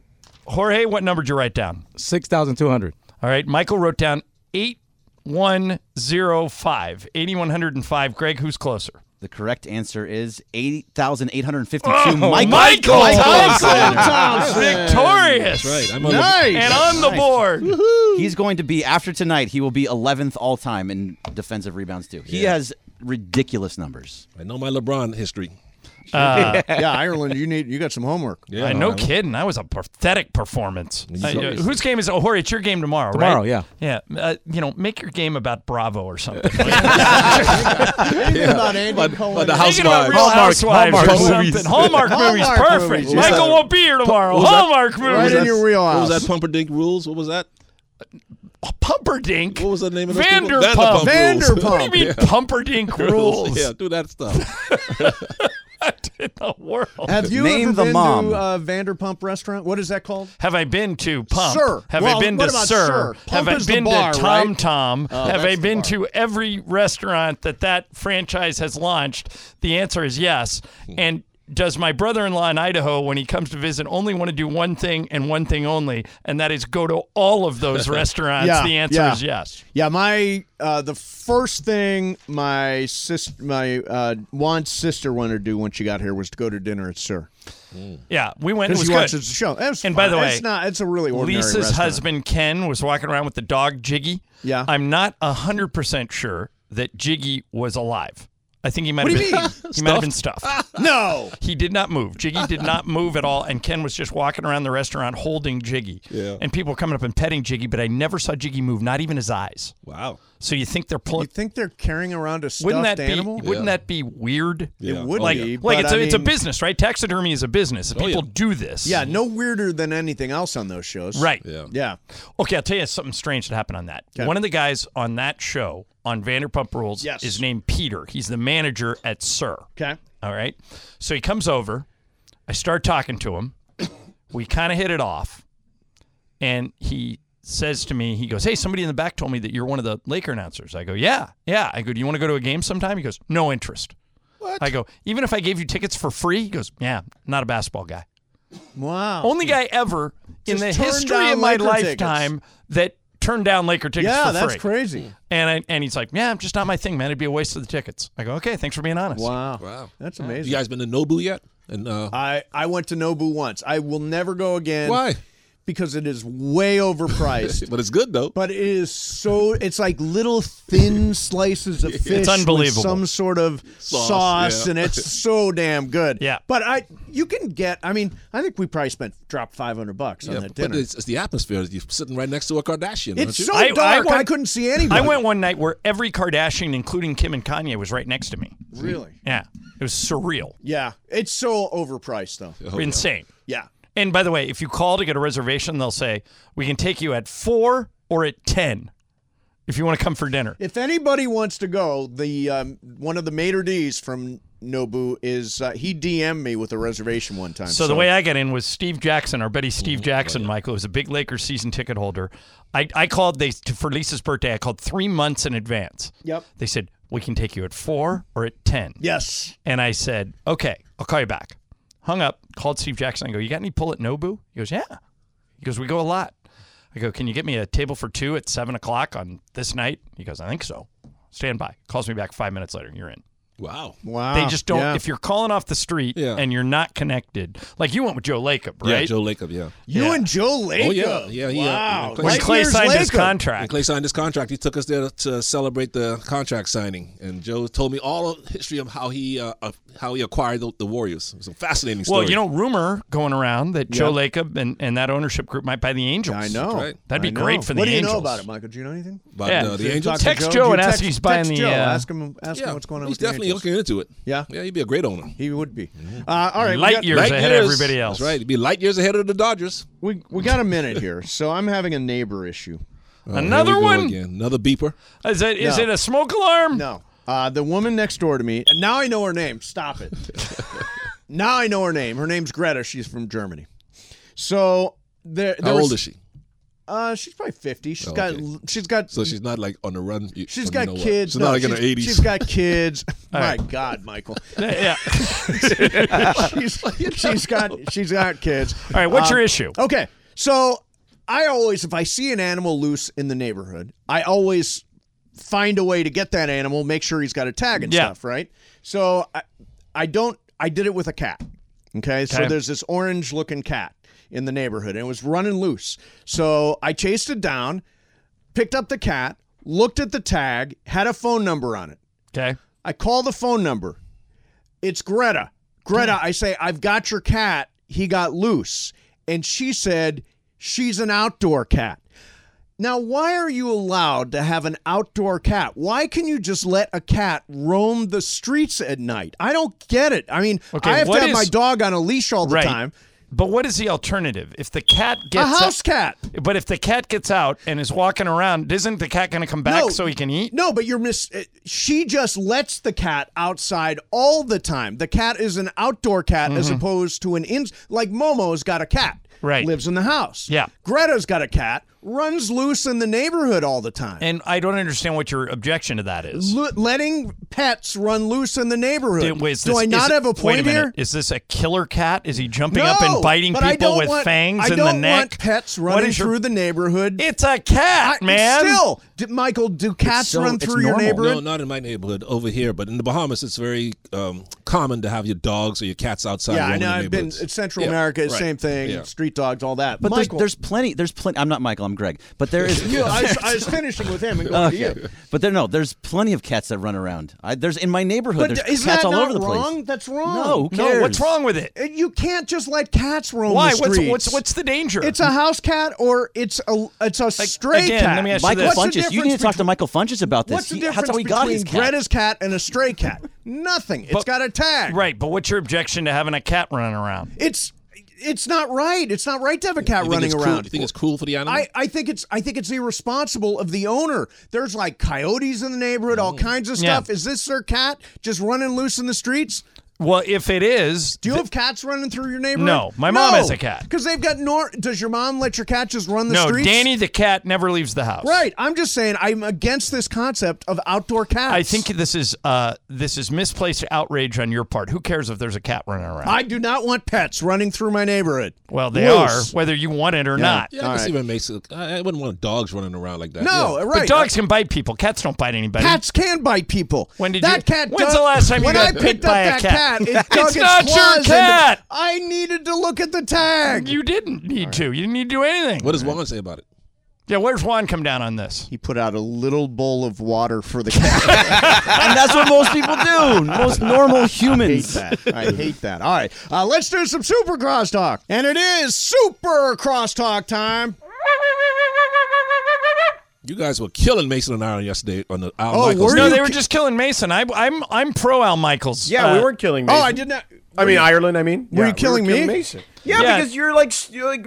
Speaker 2: Jorge, what number did you write down?
Speaker 5: Six thousand two hundred.
Speaker 2: All right, Michael wrote down eight one zero five. Eighty one hundred and five. Greg, who's closer?
Speaker 3: The correct answer is 8,852.
Speaker 2: Oh,
Speaker 3: Michael,
Speaker 2: Michael Thompson.
Speaker 3: Thompson.
Speaker 2: Victorious. That's right. I'm on the- Nice. and on the board.
Speaker 3: He's going to be, after tonight, he will be 11th all time in defensive rebounds, too. He has ridiculous numbers.
Speaker 4: I know my LeBron history.
Speaker 2: Uh,
Speaker 1: yeah, Ireland, you need you got some homework.
Speaker 2: Uh, no kidding. That was a pathetic performance.
Speaker 1: Yeah.
Speaker 2: Uh, you know, whose game is it? Oh, Jorge, it's your game tomorrow,
Speaker 5: Tomorrow,
Speaker 2: right? yeah. Yeah. Uh, you know, make your game about Bravo or something.
Speaker 1: Anything about Andy Cohen?
Speaker 2: Thinking about Real Housewives or something. Hallmark movies.
Speaker 1: Hallmark
Speaker 2: Perfect.
Speaker 1: movies.
Speaker 2: Michael
Speaker 1: Yeah.
Speaker 2: won't be here tomorrow.
Speaker 4: What was that?
Speaker 2: Hallmark
Speaker 4: What
Speaker 2: movies.
Speaker 4: was that- What was that? Pumperdink rules. What was that?
Speaker 2: Pumperdink.
Speaker 4: What was the name of those people?
Speaker 2: Vanderpump.
Speaker 4: Vanderpump.
Speaker 2: What do you mean
Speaker 4: Yeah.
Speaker 2: Pumperdink rules?
Speaker 4: Yeah, do that stuff.
Speaker 2: In the world.
Speaker 1: Have you
Speaker 2: Name
Speaker 1: ever
Speaker 2: the
Speaker 1: been
Speaker 2: mom.
Speaker 1: to uh, Vanderpump restaurant? What is that called?
Speaker 2: Have I been to Pump?
Speaker 1: Sir.
Speaker 2: Have
Speaker 1: Well,
Speaker 2: I been
Speaker 1: what
Speaker 2: to
Speaker 1: about Sir?
Speaker 2: Sir?
Speaker 1: Pump
Speaker 2: Have I
Speaker 1: is the
Speaker 2: been
Speaker 1: bar,
Speaker 2: to
Speaker 1: right?
Speaker 2: Tom Tom?
Speaker 1: Oh,
Speaker 2: Have
Speaker 1: that's
Speaker 2: I
Speaker 1: the
Speaker 2: been
Speaker 1: bar.
Speaker 2: to every restaurant that that franchise has launched? The answer is yes.
Speaker 1: Hmm.
Speaker 2: And does my brother-in-law in Idaho, when he comes to visit, only want to do one thing and one thing only, and that is go to all of those restaurants? the answer is yes.
Speaker 1: Yeah, my uh, the first thing my sister, my uh, Juan's sister wanted to do when she got here was to go to dinner at Sir.
Speaker 2: Yeah, we went. It
Speaker 1: 'Cause
Speaker 2: was
Speaker 1: you
Speaker 2: good.
Speaker 1: watched the show. It was
Speaker 2: and
Speaker 1: fun.
Speaker 2: by the way,
Speaker 1: It's not- it's a really ordinary
Speaker 2: Lisa's
Speaker 1: restaurant.
Speaker 2: husband Ken was walking around with the dog Jiggy.
Speaker 1: Yeah.
Speaker 2: I'm not hundred percent sure that Jiggy was alive. I think he might
Speaker 1: What
Speaker 2: have
Speaker 1: do you
Speaker 2: been.
Speaker 1: mean?
Speaker 2: he might have been stuffed.
Speaker 1: no,
Speaker 2: he did not move. Jiggy did not move at all, and Ken was just walking around the restaurant holding Jiggy.
Speaker 4: Yeah.
Speaker 2: And people were coming up and petting Jiggy, but I never saw Jiggy move, not even his eyes.
Speaker 4: Wow.
Speaker 2: So you think they're pulling?
Speaker 1: You think they're carrying around a stuffed
Speaker 2: Wouldn't that
Speaker 1: animal?
Speaker 2: be? Wouldn't that be weird?
Speaker 1: Yeah. would
Speaker 2: like,
Speaker 1: be,
Speaker 2: Like
Speaker 1: but
Speaker 2: it's a,
Speaker 1: I
Speaker 2: it's a
Speaker 1: mean-
Speaker 2: business, right? Taxidermy is a business.
Speaker 1: Oh,
Speaker 2: People do this.
Speaker 1: Yeah, no weirder than anything else on those shows.
Speaker 2: Right.
Speaker 1: Yeah. Yeah.
Speaker 2: Okay, I'll tell you something strange that happened on that.
Speaker 1: Okay.
Speaker 2: One of the guys on that show on Vanderpump Rules
Speaker 1: Yes.
Speaker 2: is named Peter. He's the manager at Sir.
Speaker 1: Okay.
Speaker 2: All right. So he comes over. I start talking to him. We kind of hit it off. And he says to me, he goes, Hey, somebody in the back told me that you're one of the Laker announcers. I go, Yeah, yeah. I go, Do you want to go to a game sometime? He goes, No interest. What? I go, Even if I gave you tickets for free? He goes, Yeah, not a basketball guy.
Speaker 1: Wow.
Speaker 2: Only guy ever in
Speaker 1: Oh, Just
Speaker 2: the
Speaker 1: turn
Speaker 2: history
Speaker 1: down
Speaker 2: of my
Speaker 1: Laker tickets.
Speaker 2: lifetime that turned down Laker tickets
Speaker 1: Yeah,
Speaker 2: for
Speaker 1: that's
Speaker 2: free.
Speaker 1: crazy.
Speaker 2: And I, and he's like, yeah, just not my thing, man. It'd be a waste of the tickets. I go, okay, thanks for being honest.
Speaker 1: Wow. Wow. That's amazing.
Speaker 4: You guys been to Nobu yet? And uh,
Speaker 1: I I went to Nobu once. I will never go again.
Speaker 4: Why?
Speaker 1: Because it is way overpriced.
Speaker 4: but it's good though.
Speaker 1: but it is so. It's like little thin slices of
Speaker 4: It's
Speaker 1: fish
Speaker 4: unbelievable.
Speaker 1: with some sort of
Speaker 4: Sauce,
Speaker 1: sauce,
Speaker 4: yeah.
Speaker 1: and it's so damn good.
Speaker 2: Yeah.
Speaker 1: But I, you can get. I mean, I think we probably spent dropped five hundred bucks on that
Speaker 4: but
Speaker 1: dinner.
Speaker 4: it's, it's the atmosphere. You're sitting right next to a Kardashian.
Speaker 1: It's
Speaker 4: aren't you?
Speaker 1: so dark. I, couldn't see anybody.
Speaker 2: I went one night where every Kardashian, including Kim and Kanye, was right next to me.
Speaker 1: Really?
Speaker 2: Yeah, it was surreal,
Speaker 1: Yeah. It's so overpriced though.
Speaker 4: Oh,
Speaker 2: insane.
Speaker 1: Yeah.
Speaker 2: And by the way, if you call to get a reservation, they'll say we can take you at four or at ten if you want to come for dinner.
Speaker 1: If anybody wants to go, the um, one of the maitre d's from Nobu is uh, he DM'd me with a reservation one time. Mm-hmm.
Speaker 2: So, the way I got in was Steve Jackson, our buddy Steve Jackson, Michael, who's a big Lakers season ticket holder. I, I called they to, for Lisa's birthday. I called three months in advance.
Speaker 1: Yep.
Speaker 2: They said we can take you at four or at ten.
Speaker 1: Yes.
Speaker 2: And I said okay, I'll call you back. Hung up, called Steve Jackson. I go, You got any pull at Nobu? He goes, Yeah. He goes, We go a lot. I go, Can you get me a table for two at seven o'clock on this night? He goes, I think so. Stand by. Calls me back five minutes later. You're in.
Speaker 4: Wow.
Speaker 1: Wow.
Speaker 2: They just don't.
Speaker 1: Yeah.
Speaker 2: If you're calling off the street and you're not connected, like you went with Joe Lacob,
Speaker 4: Yeah,
Speaker 2: right?
Speaker 4: Joe Lacob, yeah.
Speaker 1: You and Joe Lacob.
Speaker 4: Oh yeah, yeah, yeah.
Speaker 1: Wow.
Speaker 4: When
Speaker 2: When Clay signed his contract.
Speaker 4: When Clay signed his contract. He took us there to celebrate the contract signing, and Joe told me all the history of how he uh, of how he acquired the, the Warriors. It was a fascinating story.
Speaker 2: Well, you know, rumor going around that
Speaker 4: Yeah.
Speaker 2: Joe Lacob and, and that ownership group might buy the Angels.
Speaker 1: I know.
Speaker 2: That'd be
Speaker 1: I know.
Speaker 2: great for the
Speaker 1: What do you
Speaker 2: Angels.
Speaker 1: know about it, Michael? Do you know anything?
Speaker 4: About,
Speaker 2: yeah.
Speaker 4: uh, the
Speaker 2: Did you
Speaker 4: Angels?
Speaker 2: talk to Text Joe,
Speaker 1: Did you
Speaker 2: and ask
Speaker 1: text-
Speaker 2: if he's buying
Speaker 1: text
Speaker 2: the.
Speaker 1: Joe.
Speaker 2: uh,
Speaker 1: ask him. Ask
Speaker 4: Yeah,
Speaker 1: him what's going on.
Speaker 4: he's
Speaker 1: with the
Speaker 4: definitely
Speaker 1: Angels.
Speaker 4: looking into it.
Speaker 1: Yeah,
Speaker 4: yeah, he'd be a great owner.
Speaker 1: He would be. Uh, all right, we
Speaker 2: Light
Speaker 1: got-
Speaker 2: years ahead of everybody else.
Speaker 4: That's right. He'd be light years ahead of the Dodgers.
Speaker 1: We we got a minute here, so I'm having a neighbor issue.
Speaker 4: Oh, here we
Speaker 2: Another
Speaker 4: go
Speaker 2: one?
Speaker 4: again. Another beeper.
Speaker 2: Is it is
Speaker 1: No.
Speaker 2: it a smoke alarm?
Speaker 1: No, uh, the woman next door to me. and Now I know her name. Stop it. now I know her name. Her name's Greta. She's from Germany. So there. there
Speaker 4: How
Speaker 1: was-
Speaker 4: old is she?
Speaker 1: Uh, she's probably fifty. She's
Speaker 4: Oh,
Speaker 1: got.
Speaker 4: okay.
Speaker 1: She's got.
Speaker 4: So she's not like on the run. you-
Speaker 1: She's
Speaker 4: from
Speaker 1: got
Speaker 4: you know what.
Speaker 1: kids.
Speaker 4: She's
Speaker 1: No,
Speaker 4: not like in her
Speaker 1: she's-
Speaker 4: eighties.
Speaker 1: She's got kids.
Speaker 2: All
Speaker 1: My
Speaker 2: right.
Speaker 1: God, Michael.
Speaker 2: Yeah.
Speaker 1: she's, she's got she's got kids. Um,
Speaker 2: All right, what's your issue?
Speaker 1: Okay, so I always, if I see an animal loose in the neighborhood, I always find a way to get that animal, make sure he's got a tag and
Speaker 2: Yeah.
Speaker 1: stuff, right? So I, I don't. I did it with a cat. Okay, so
Speaker 2: Okay.
Speaker 1: there's this orange-looking cat in the neighborhood, and it was running loose. So I chased it down, picked up the cat, looked at the tag, had a phone number on it.
Speaker 2: Okay.
Speaker 1: I call the phone number. It's Greta. Greta, I say, I've got your cat. He got loose. And she said, she's an outdoor cat. Now, why are you allowed to have an outdoor cat? Why can you just let a cat roam the streets at night? I don't get it. I mean,
Speaker 2: Okay,
Speaker 1: I have to
Speaker 2: what
Speaker 1: have my
Speaker 2: is-
Speaker 1: dog on a leash all the
Speaker 2: Right.
Speaker 1: time.
Speaker 2: But what is the alternative? If the cat
Speaker 1: A
Speaker 2: gets
Speaker 1: house cat.
Speaker 2: out, but if the cat gets out and is walking around, isn't the cat going to come back so he can eat?
Speaker 1: No, but you're miss. uh, She just lets the cat outside all the time. The cat is an outdoor cat as opposed to an in. Like Momo's got a cat.
Speaker 2: Mm-hmm. Right.
Speaker 1: Lives in the house.
Speaker 2: Yeah.
Speaker 1: Greta's got a cat. Runs loose in the neighborhood all the time.
Speaker 2: And I don't understand what your objection to that is.
Speaker 1: Lo- letting pets run loose in the neighborhood.
Speaker 2: Did- wait, is
Speaker 1: Do
Speaker 2: this-
Speaker 1: I
Speaker 2: is
Speaker 1: not
Speaker 2: it-
Speaker 1: have a
Speaker 2: wait
Speaker 1: point
Speaker 2: minute.
Speaker 1: here?
Speaker 2: Is this a killer cat? Is he jumping
Speaker 1: no,
Speaker 2: up and biting
Speaker 1: but I
Speaker 2: people
Speaker 1: don't
Speaker 2: with
Speaker 1: want-
Speaker 2: fangs
Speaker 1: I
Speaker 2: in
Speaker 1: don't
Speaker 2: the neck?
Speaker 1: Want pets
Speaker 2: What
Speaker 1: running
Speaker 2: is your-
Speaker 1: through the neighborhood.
Speaker 2: It's a cat,
Speaker 1: I-
Speaker 2: man.
Speaker 1: Still, d- Michael, do cats
Speaker 4: so-
Speaker 1: run
Speaker 4: it's
Speaker 1: through your
Speaker 4: normal.
Speaker 1: neighborhood?
Speaker 4: No, not in my neighborhood over here, but in the Bahamas, it's very um, common to have your dogs or your cats outside.
Speaker 1: Yeah, I
Speaker 4: roaming
Speaker 1: know.
Speaker 4: the
Speaker 1: I've been
Speaker 4: neighborhoods.
Speaker 1: Central
Speaker 4: Yeah,
Speaker 1: America,
Speaker 4: right.
Speaker 1: same thing.
Speaker 4: Yeah.
Speaker 1: Street dogs, all that.
Speaker 3: But there's,
Speaker 1: Michael,
Speaker 3: there's plenty. There's plenty. I'm not Michael. I'm Greg. But there is.
Speaker 1: you know, I, was, I was finishing with him and going
Speaker 3: Okay.
Speaker 1: to you.
Speaker 3: But there, no, there's plenty of cats that run around. I, there's in my neighborhood.
Speaker 1: But
Speaker 3: there's
Speaker 1: is
Speaker 3: cats
Speaker 1: that
Speaker 3: all
Speaker 1: not
Speaker 3: over the
Speaker 1: wrong?
Speaker 3: place.
Speaker 1: That's wrong.
Speaker 3: No, who
Speaker 2: No,
Speaker 3: cares?
Speaker 2: what's wrong with it?
Speaker 1: Uh, You can't just let cats roam
Speaker 2: Why?
Speaker 1: the
Speaker 2: What's
Speaker 1: streets.
Speaker 2: what's what's the danger?
Speaker 1: It's a house cat or it's a it's a stray
Speaker 2: again,
Speaker 1: cat.
Speaker 2: let me ask you
Speaker 3: Michael
Speaker 2: this.
Speaker 1: What's the
Speaker 3: Funches. You need to talk
Speaker 1: difference
Speaker 3: to Michael Funches about this.
Speaker 1: What's the
Speaker 3: He-
Speaker 1: difference
Speaker 3: that's how he got
Speaker 1: between
Speaker 3: his cat.
Speaker 1: Greta's cat and a stray cat? Nothing. It's
Speaker 2: But-
Speaker 1: got a tag.
Speaker 2: right, but what's your objection to having a cat running around?
Speaker 1: It's it's not right. It's not right to have a
Speaker 4: You
Speaker 1: cat
Speaker 4: think
Speaker 1: running
Speaker 4: it's cruel-
Speaker 1: around.
Speaker 4: you think it's cool for the animal?
Speaker 1: I, I think it's I think it's irresponsible of the owner. There's like coyotes in the neighborhood, all kinds of
Speaker 2: Mm. Yeah.
Speaker 1: stuff. Is this their cat just running loose in the streets?
Speaker 2: Well, if it is,
Speaker 1: Do you have cats running through your neighborhood?
Speaker 2: No, my mom has a cat.
Speaker 1: Because they've got nor. Does your mom let your cat just run the
Speaker 2: no,
Speaker 1: streets?
Speaker 2: Danny the cat never leaves the house.
Speaker 1: Right. I'm just saying I'm against this concept of outdoor cats.
Speaker 2: I think this is uh, this is misplaced outrage on your part. Who cares if there's a cat running around?
Speaker 1: I do not want pets running through my neighborhood.
Speaker 2: well, they
Speaker 1: Loose.
Speaker 2: are, whether you want it or
Speaker 1: Yeah.
Speaker 2: not.
Speaker 4: Yeah, I
Speaker 1: All
Speaker 4: can see
Speaker 1: right.
Speaker 4: what makes it. I I wouldn't want dogs running around like that.
Speaker 1: No,
Speaker 4: yeah.
Speaker 1: right.
Speaker 2: But dogs can bite people. Cats don't bite anybody.
Speaker 1: Cats can bite people.
Speaker 2: When did
Speaker 1: that
Speaker 2: you-
Speaker 1: cat?
Speaker 2: when's
Speaker 1: dug-
Speaker 2: the last time you
Speaker 1: when
Speaker 2: got
Speaker 1: I
Speaker 2: bit
Speaker 1: picked
Speaker 2: by a
Speaker 1: up that
Speaker 2: cat?
Speaker 1: cat? it dug
Speaker 2: It's not your
Speaker 1: claws into-
Speaker 2: cat!
Speaker 1: I needed to look at the tag.
Speaker 2: you didn't need to. You didn't need to do anything.
Speaker 4: What does Juan say about it?
Speaker 2: yeah, where's Juan come down on this?
Speaker 1: He put out a little bowl of water for the cat.
Speaker 3: and that's what most people do. Most normal
Speaker 1: I hate
Speaker 3: humans.
Speaker 1: that. I hate that. All right, uh, let's do some super crosstalk, and it is super crosstalk time.
Speaker 4: You guys were killing Mason and Iron yesterday on the Al
Speaker 1: Oh,
Speaker 4: Michaels.
Speaker 1: were
Speaker 4: thing.
Speaker 2: No,
Speaker 1: you
Speaker 2: they were
Speaker 1: ki-
Speaker 2: just killing Mason. I, I'm I'm pro Al Michaels.
Speaker 15: Yeah,
Speaker 2: Uh,
Speaker 15: we were killing.
Speaker 1: Oh,
Speaker 15: Mason.
Speaker 1: I did not.
Speaker 15: I mean Ireland. I mean,
Speaker 1: Were you
Speaker 15: Yeah, we
Speaker 1: killing me?
Speaker 15: Mason. Yeah,
Speaker 2: Yeah.
Speaker 15: because you're like, s- you're like,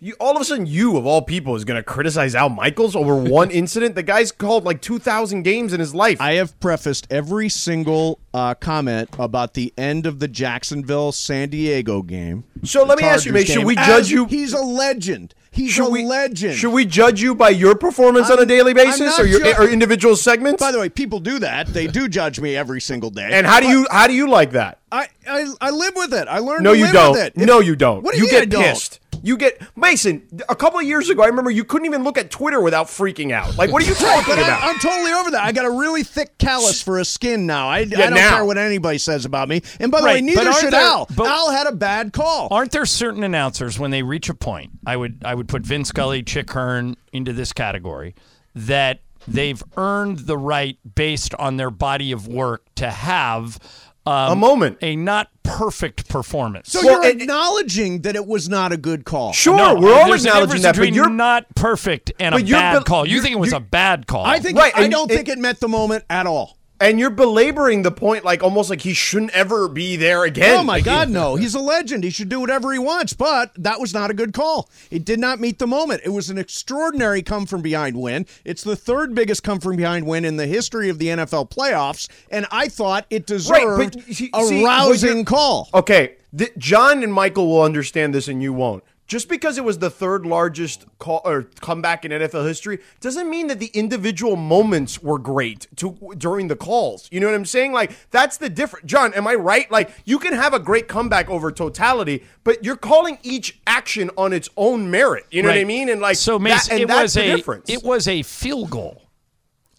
Speaker 15: you all of a sudden, you of all people is going to criticize Al Michaels over one incident. The guy's called like two thousand games in his life.
Speaker 1: I have prefaced every single uh, comment about the end of the Jacksonville San Diego game.
Speaker 15: So let me ask
Speaker 1: Chargers
Speaker 15: you, Mace, should
Speaker 1: game,
Speaker 15: we
Speaker 1: as
Speaker 15: judge you-
Speaker 1: He's a legend. He's a legend.
Speaker 15: Should we judge you by your performance on a
Speaker 1: I'm-
Speaker 15: daily
Speaker 1: I'm
Speaker 15: basis
Speaker 1: not
Speaker 15: or your
Speaker 1: ju-
Speaker 15: or individual segments?
Speaker 1: By the way, people do that. They do judge me every single day.
Speaker 15: and how do you how do you like that?
Speaker 1: I, I, I live with it. I learned.
Speaker 15: No,
Speaker 1: to
Speaker 15: you
Speaker 1: live
Speaker 15: don't.
Speaker 1: With it. It-
Speaker 15: No, you don't.
Speaker 1: What do
Speaker 15: you
Speaker 1: you, mean I
Speaker 15: get
Speaker 1: don't?
Speaker 15: pissed. You get Mason. A couple of years ago, I remember you couldn't even look at Twitter without freaking out. Like, what are you talking
Speaker 1: but
Speaker 15: about?
Speaker 1: I, am totally over that. I got a really thick callus for a skin now. I, I don't
Speaker 15: now.
Speaker 1: care what anybody says about me. And by the way,
Speaker 2: Right, but
Speaker 1: neither
Speaker 2: aren't
Speaker 1: should
Speaker 2: there-
Speaker 1: Al.
Speaker 2: but-
Speaker 1: Al had a bad call.
Speaker 2: Aren't there certain announcers when they reach a point? I would I would put Vin Scully, Chick Hearn into this category that they've earned the right based on their body of work to have um,
Speaker 15: A moment.
Speaker 2: a not perfect performance.
Speaker 1: So you're acknowledging that it was not a good call.
Speaker 15: Sure,
Speaker 2: No,
Speaker 15: we're all
Speaker 2: there's a
Speaker 15: acknowledging
Speaker 2: difference
Speaker 15: that, but
Speaker 2: between
Speaker 15: you're
Speaker 2: not perfect and a
Speaker 15: But you're
Speaker 2: bad
Speaker 15: bel-
Speaker 2: call. You
Speaker 15: you're-
Speaker 2: think it was
Speaker 15: you-
Speaker 2: a bad call?
Speaker 1: I think
Speaker 15: Right,
Speaker 1: I
Speaker 15: and
Speaker 1: don't
Speaker 15: it-
Speaker 1: think it met the moment at all.
Speaker 15: and you're belaboring the point, like almost like he shouldn't ever be there again.
Speaker 1: Oh my
Speaker 15: Like,
Speaker 1: God, no! He's a legend. He should do whatever he wants. But that was not a good call. It did not meet the moment. It was an extraordinary come from behind win. It's the third biggest come from behind win in the history of the NFL playoffs, and I thought it
Speaker 15: Right,
Speaker 1: deserved
Speaker 15: but you-
Speaker 1: a
Speaker 15: see, what
Speaker 1: rousing
Speaker 15: you're-
Speaker 1: call.
Speaker 15: Okay, th- John and Michael will understand this, and you won't. Just because it was the third largest call or comeback in NFL history doesn't mean that the individual moments were great to, during the calls. You know what I'm saying? Like that's the difference. John, am I right? Like you can have a great comeback over totality, but you're calling each action on its own merit. You know what I
Speaker 2: Right.
Speaker 15: mean? And like
Speaker 2: so,
Speaker 15: that-
Speaker 2: Mason,
Speaker 15: and
Speaker 2: it
Speaker 15: that's
Speaker 2: was
Speaker 15: the
Speaker 2: a
Speaker 15: difference.
Speaker 2: it was a field goal.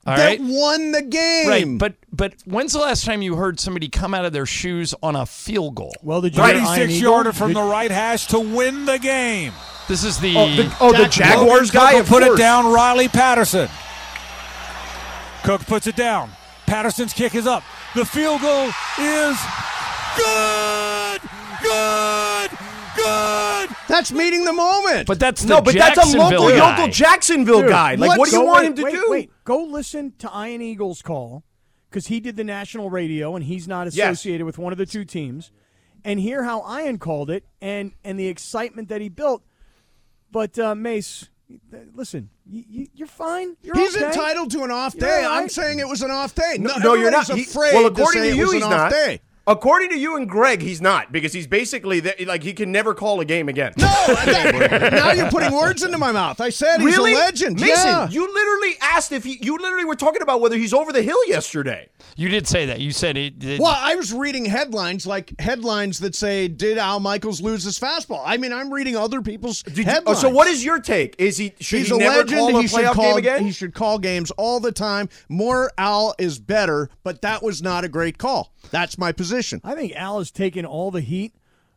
Speaker 2: All
Speaker 1: That
Speaker 2: right,
Speaker 1: won the game.
Speaker 2: right. But but when's the last time you heard somebody come out of their shoes on a field goal?
Speaker 16: Well, did
Speaker 2: Right.
Speaker 16: 96 yarder from the right hash to win the game.
Speaker 2: This is the
Speaker 16: Oh, the-
Speaker 15: oh, the Jaguars guy,
Speaker 16: Cook will
Speaker 15: of
Speaker 16: put
Speaker 15: course.
Speaker 16: it down. Riley Patterson. Cook puts it down. Patterson's kick is up. The field goal is good. Good. Good.
Speaker 1: That's meeting the moment.
Speaker 2: But that's the
Speaker 15: no, but that's a local
Speaker 2: Jacksonville guy.
Speaker 15: local Jacksonville guy. Like, what do you
Speaker 17: Go-
Speaker 15: want
Speaker 17: wait,
Speaker 15: him to
Speaker 17: wait,
Speaker 15: do?
Speaker 17: Wait, go listen to Ian Eagle's call because he did the national radio and he's not
Speaker 15: Yes.
Speaker 17: associated with one of the two teams, and hear how Ian called it and and the excitement that he built. But uh, Mace, th- listen, you, you, you're fine. You're
Speaker 1: He's
Speaker 17: okay.
Speaker 1: entitled to an off
Speaker 17: You're
Speaker 1: day.
Speaker 17: all
Speaker 1: I'm
Speaker 17: right.
Speaker 1: saying it was an off day.
Speaker 15: No,
Speaker 1: No,
Speaker 15: no, you're not.
Speaker 1: everybody's
Speaker 15: He-
Speaker 1: Afraid
Speaker 15: well,
Speaker 1: to
Speaker 15: according
Speaker 1: say
Speaker 15: to,
Speaker 1: it
Speaker 15: you,
Speaker 1: was
Speaker 15: he's
Speaker 1: an off
Speaker 15: not.
Speaker 1: day.
Speaker 15: According to you and Greg, he's not because he's basically that, like he can never call a game again.
Speaker 1: now you're putting words into my mouth. I said he's
Speaker 15: really,
Speaker 1: a legend.
Speaker 15: Mason.
Speaker 1: yeah.
Speaker 15: You literally asked if he. You literally were talking about whether he's over the hill yesterday.
Speaker 2: You did say that. You said it. it-
Speaker 1: Well, I was reading headlines like headlines that say, "Did Al Michaels lose his fastball?" I mean, I'm reading other people's
Speaker 15: Did you, oh,
Speaker 1: headlines.
Speaker 15: so what is your take? Is he should
Speaker 1: He's
Speaker 15: he
Speaker 1: a
Speaker 15: never
Speaker 1: legend.
Speaker 15: call a
Speaker 1: he should
Speaker 15: playoff
Speaker 1: call
Speaker 15: game again?
Speaker 1: He should call games all the time. More Al is better, but that was not a great call. That's my position.
Speaker 17: I think Al has taken all the heat,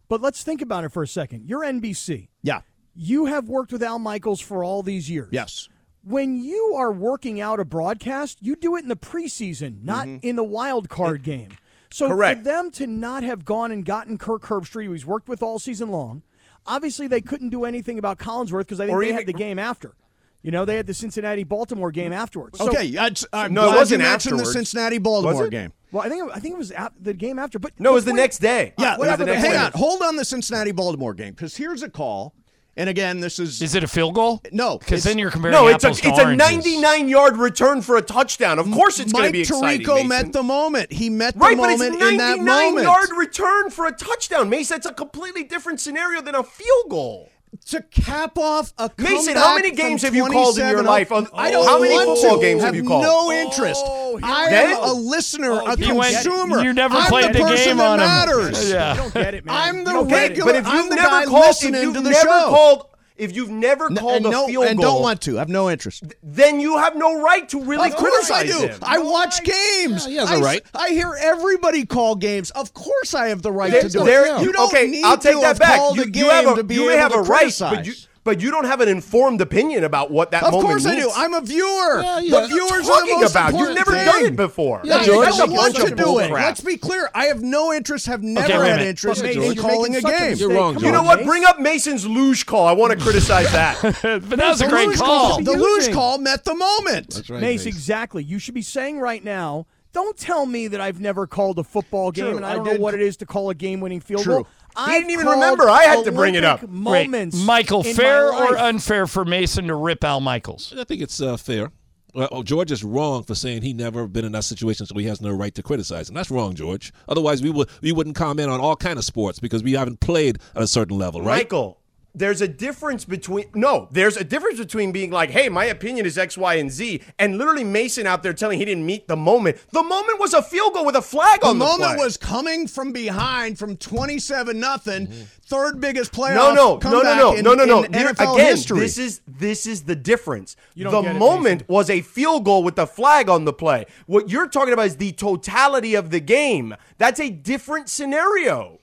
Speaker 17: but let's think about it for a second. You're NBC.
Speaker 1: Yeah.
Speaker 17: You have worked with Al Michaels for all these years.
Speaker 1: Yes.
Speaker 17: When you are working out a broadcast, you do it in the preseason, not in the wild card game. So
Speaker 15: Mm-hmm. Correct.
Speaker 17: for them to not have gone and gotten Kirk Herbstreit, who he's worked with all season long, obviously they couldn't do anything about Collinsworth because I think
Speaker 15: Or
Speaker 17: they
Speaker 15: even-
Speaker 17: had the game after. You know, they had the Cincinnati Baltimore game afterwards. So-
Speaker 1: okay, that's, I'm
Speaker 15: No, it
Speaker 1: glad you
Speaker 15: wasn't
Speaker 1: mentioned
Speaker 15: afterwards.
Speaker 1: the Cincinnati Baltimore
Speaker 15: it?
Speaker 1: game.
Speaker 17: well, I think I think it was at the game after, but
Speaker 15: no, it was the
Speaker 17: point-
Speaker 15: next day.
Speaker 1: Yeah,
Speaker 15: It was
Speaker 1: whatever.
Speaker 15: the next
Speaker 1: Hang
Speaker 15: day.
Speaker 1: on, hold on the Cincinnati Baltimore game because here's a call, and again, this is
Speaker 2: is it a field goal?
Speaker 1: no
Speaker 2: Because then you're comparing
Speaker 15: No, it's a
Speaker 2: apples to
Speaker 15: it's a
Speaker 2: oranges.
Speaker 15: 99 yard return for a touchdown. Of course, it's going to
Speaker 1: Mike
Speaker 15: be exciting.
Speaker 1: Tirico
Speaker 15: Mason.
Speaker 1: met the moment. He met the
Speaker 15: Right, but
Speaker 1: moment
Speaker 15: it's a
Speaker 1: in that
Speaker 15: 99
Speaker 1: moment.
Speaker 15: yard return for a touchdown. Mace, that's a completely different scenario than a field goal.
Speaker 1: to cap off a
Speaker 15: Mason,
Speaker 1: comeback
Speaker 15: how many
Speaker 1: from oh
Speaker 15: games have you called in your
Speaker 1: 27
Speaker 15: life? On-
Speaker 1: I don't
Speaker 15: how many
Speaker 1: want
Speaker 15: football
Speaker 1: to.
Speaker 15: games have you called?
Speaker 17: Oh,
Speaker 1: No interest. I
Speaker 15: Then-
Speaker 1: am a listener, a
Speaker 2: You went-
Speaker 1: consumer.
Speaker 2: You never
Speaker 1: Oh, I'm
Speaker 2: played the,
Speaker 1: the, person
Speaker 2: game
Speaker 1: that
Speaker 2: on 'em.
Speaker 1: matters.
Speaker 17: You
Speaker 2: Yeah.
Speaker 17: don't get it, man.
Speaker 1: I'm
Speaker 17: You
Speaker 1: the
Speaker 17: don't get it.
Speaker 1: regular.
Speaker 15: But if
Speaker 1: I'm
Speaker 15: you've
Speaker 1: the
Speaker 15: never
Speaker 1: guy
Speaker 15: called, if
Speaker 1: listening
Speaker 15: you've
Speaker 1: to the
Speaker 15: never
Speaker 1: show.
Speaker 15: called, if you've never
Speaker 1: N-
Speaker 15: called
Speaker 1: and
Speaker 15: a
Speaker 1: no,
Speaker 15: field
Speaker 1: and
Speaker 15: goal,
Speaker 1: don't want to. I have no interest.
Speaker 15: then you have no right to really
Speaker 1: Of
Speaker 15: criticize
Speaker 1: course I do.
Speaker 15: him.
Speaker 1: I watch games.
Speaker 4: Yeah, he has a
Speaker 1: I, s-
Speaker 4: right.
Speaker 1: I hear everybody call games. Of course I have the right
Speaker 15: There-
Speaker 1: to do
Speaker 15: there-
Speaker 1: it. You don't
Speaker 15: okay,
Speaker 1: need
Speaker 15: I'll take
Speaker 1: to
Speaker 15: that
Speaker 1: have
Speaker 15: back.
Speaker 1: called
Speaker 15: You,
Speaker 1: a
Speaker 15: you
Speaker 1: game
Speaker 15: have a,
Speaker 1: to be
Speaker 15: you
Speaker 1: able
Speaker 15: may have
Speaker 1: to
Speaker 15: a
Speaker 1: criticize.
Speaker 15: right, but you, but you don't have an informed opinion about what that
Speaker 1: Of
Speaker 15: moment
Speaker 1: course I do.
Speaker 15: means.
Speaker 1: I'm a viewer.
Speaker 4: yeah.
Speaker 1: The viewers are the
Speaker 15: talking
Speaker 1: most
Speaker 15: about. You've
Speaker 1: important
Speaker 15: never
Speaker 1: thing.
Speaker 15: done it before.
Speaker 4: Yeah,
Speaker 1: I
Speaker 4: George,
Speaker 1: don't
Speaker 4: that's a
Speaker 1: want
Speaker 4: bunch
Speaker 1: to
Speaker 4: of
Speaker 1: do it.
Speaker 15: bullcrap.
Speaker 1: Let's be clear. I have no interest. Have never
Speaker 2: wait a
Speaker 1: had
Speaker 2: minute.
Speaker 1: interest
Speaker 17: But
Speaker 1: in
Speaker 17: Mason, you're
Speaker 1: calling a
Speaker 17: making such
Speaker 1: game.
Speaker 4: You're wrong,
Speaker 17: mistake.
Speaker 15: You
Speaker 4: George.
Speaker 17: Come
Speaker 15: know
Speaker 17: on,
Speaker 15: what?
Speaker 17: Mace.
Speaker 15: Bring up Mason's luge call. I want to criticize that.
Speaker 2: but that was a
Speaker 17: The
Speaker 2: great
Speaker 17: lose
Speaker 2: call.
Speaker 17: goal.
Speaker 1: The lose
Speaker 17: Using.
Speaker 1: call met the moment.
Speaker 4: That's right,
Speaker 17: oh, Mace,
Speaker 4: Mace.
Speaker 17: exactly. You should be saying right now, don't tell me that I've never called a football game
Speaker 1: True,
Speaker 17: and
Speaker 1: I
Speaker 17: I don't
Speaker 1: did-
Speaker 17: know what it is to call a game winning field
Speaker 1: True.
Speaker 17: goal. I
Speaker 15: didn't even remember. I had to bring it up.
Speaker 2: Wait,
Speaker 17: Moments.
Speaker 2: Michael,
Speaker 17: in
Speaker 2: fair
Speaker 17: my
Speaker 2: or
Speaker 17: life.
Speaker 2: unfair for Mason to rip Al Michaels?
Speaker 4: I think it's uh, fair. Well, oh, George is wrong for saying he never been in that situation, so he has no right to criticize him. That's wrong, George. Otherwise, we would we wouldn't comment on all kind of sports because we haven't played at a certain level, right?
Speaker 15: Michael, there's a difference between no, there's a difference between being like, hey, my opinion is X, Y, and Z, and literally Mason out there telling he didn't meet the moment. The moment was a field goal with a flag
Speaker 1: The
Speaker 15: on the
Speaker 1: moment
Speaker 15: play.
Speaker 1: was coming from behind from 27 nothing, third biggest
Speaker 15: Mm-hmm. no,
Speaker 1: playoff.
Speaker 15: no, no, no,
Speaker 1: comeback
Speaker 15: no,
Speaker 1: in-
Speaker 15: no, no, no.
Speaker 1: in
Speaker 15: Here-
Speaker 1: NFL
Speaker 15: Again,
Speaker 1: history.
Speaker 15: this is this is the difference.
Speaker 1: don't
Speaker 15: The
Speaker 1: get it,
Speaker 15: moment was a field goal with the flag on the play. What you're talking about is the totality of the game. That's a different scenario.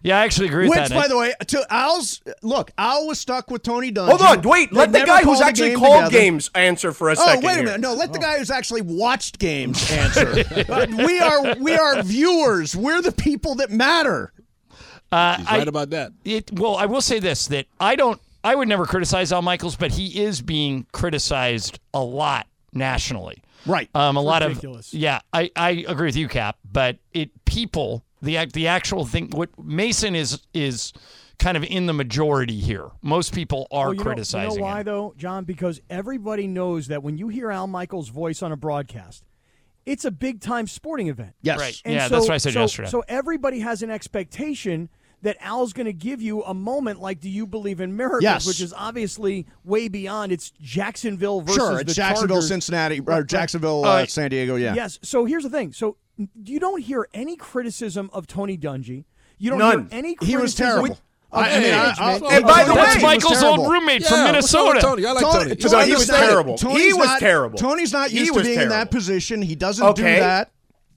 Speaker 2: Yeah, I actually agree
Speaker 1: Which,
Speaker 2: with that.
Speaker 1: by the way, to Al's look, Al was stuck with Tony Dungy.
Speaker 15: Hold on, wait.
Speaker 1: They
Speaker 15: Let the
Speaker 1: never
Speaker 15: guy who's
Speaker 1: called a
Speaker 15: actually
Speaker 1: game
Speaker 15: called
Speaker 1: together.
Speaker 15: games answer for a
Speaker 1: oh,
Speaker 15: second.
Speaker 1: wait a
Speaker 15: here.
Speaker 1: minute. No, let the guy who's actually watched games answer. But we are we are viewers. We're the people that matter.
Speaker 2: Uh,
Speaker 4: He's right about that.
Speaker 2: It, well, I will say this: that I don't, I would never criticize Al Michaels, but he is being criticized a lot nationally.
Speaker 1: Right.
Speaker 2: Um, a lot
Speaker 17: Ridiculous.
Speaker 2: of yeah, I, I agree with you, Cap. But it people the act the actual thing. What Mason is is kind of in the majority here. Most people are
Speaker 17: Well, you know-
Speaker 2: criticizing.
Speaker 17: You know why
Speaker 2: him.
Speaker 17: though, John? Because everybody knows that when you hear Al Michaels' voice on a broadcast, it's a big time sporting event.
Speaker 2: Yes. Right. Yeah, that's what I said
Speaker 17: so,
Speaker 2: yesterday.
Speaker 17: So everybody has an expectation that Al's going to give you a moment like "Do you believe in miracles?"
Speaker 1: Yes.
Speaker 17: which is obviously way beyond. It's Jacksonville versus
Speaker 1: Sure,
Speaker 17: the
Speaker 1: it's Jacksonville,
Speaker 17: Chargers.
Speaker 1: Cincinnati,
Speaker 17: Right,
Speaker 1: or
Speaker 17: right.
Speaker 1: Jacksonville,
Speaker 17: All
Speaker 1: uh,
Speaker 17: right.
Speaker 1: San Diego. Yeah.
Speaker 17: Yes. So here's the thing. So n- you don't hear any criticism of Tony Dungy. You don't
Speaker 1: None.
Speaker 17: hear any.
Speaker 1: He
Speaker 17: Criticism
Speaker 1: was terrible.
Speaker 17: of
Speaker 1: I- I mean, I-
Speaker 17: management.
Speaker 1: I'll- I'll- And by the
Speaker 2: that's
Speaker 1: way-
Speaker 2: Michael's
Speaker 1: He was
Speaker 2: old
Speaker 1: terrible.
Speaker 2: roommate
Speaker 1: Yeah,
Speaker 2: from
Speaker 1: what's up with
Speaker 2: Minnesota.
Speaker 1: Tony? I like Tony. Tony- Tony was
Speaker 2: understand it.
Speaker 1: terrible.
Speaker 15: he
Speaker 1: Tony's
Speaker 15: was
Speaker 1: not-
Speaker 15: terrible.
Speaker 1: Tony's not
Speaker 15: He
Speaker 1: used to
Speaker 15: was
Speaker 1: being in that
Speaker 15: terrible.
Speaker 1: position. He doesn't
Speaker 15: Okay.
Speaker 1: do that.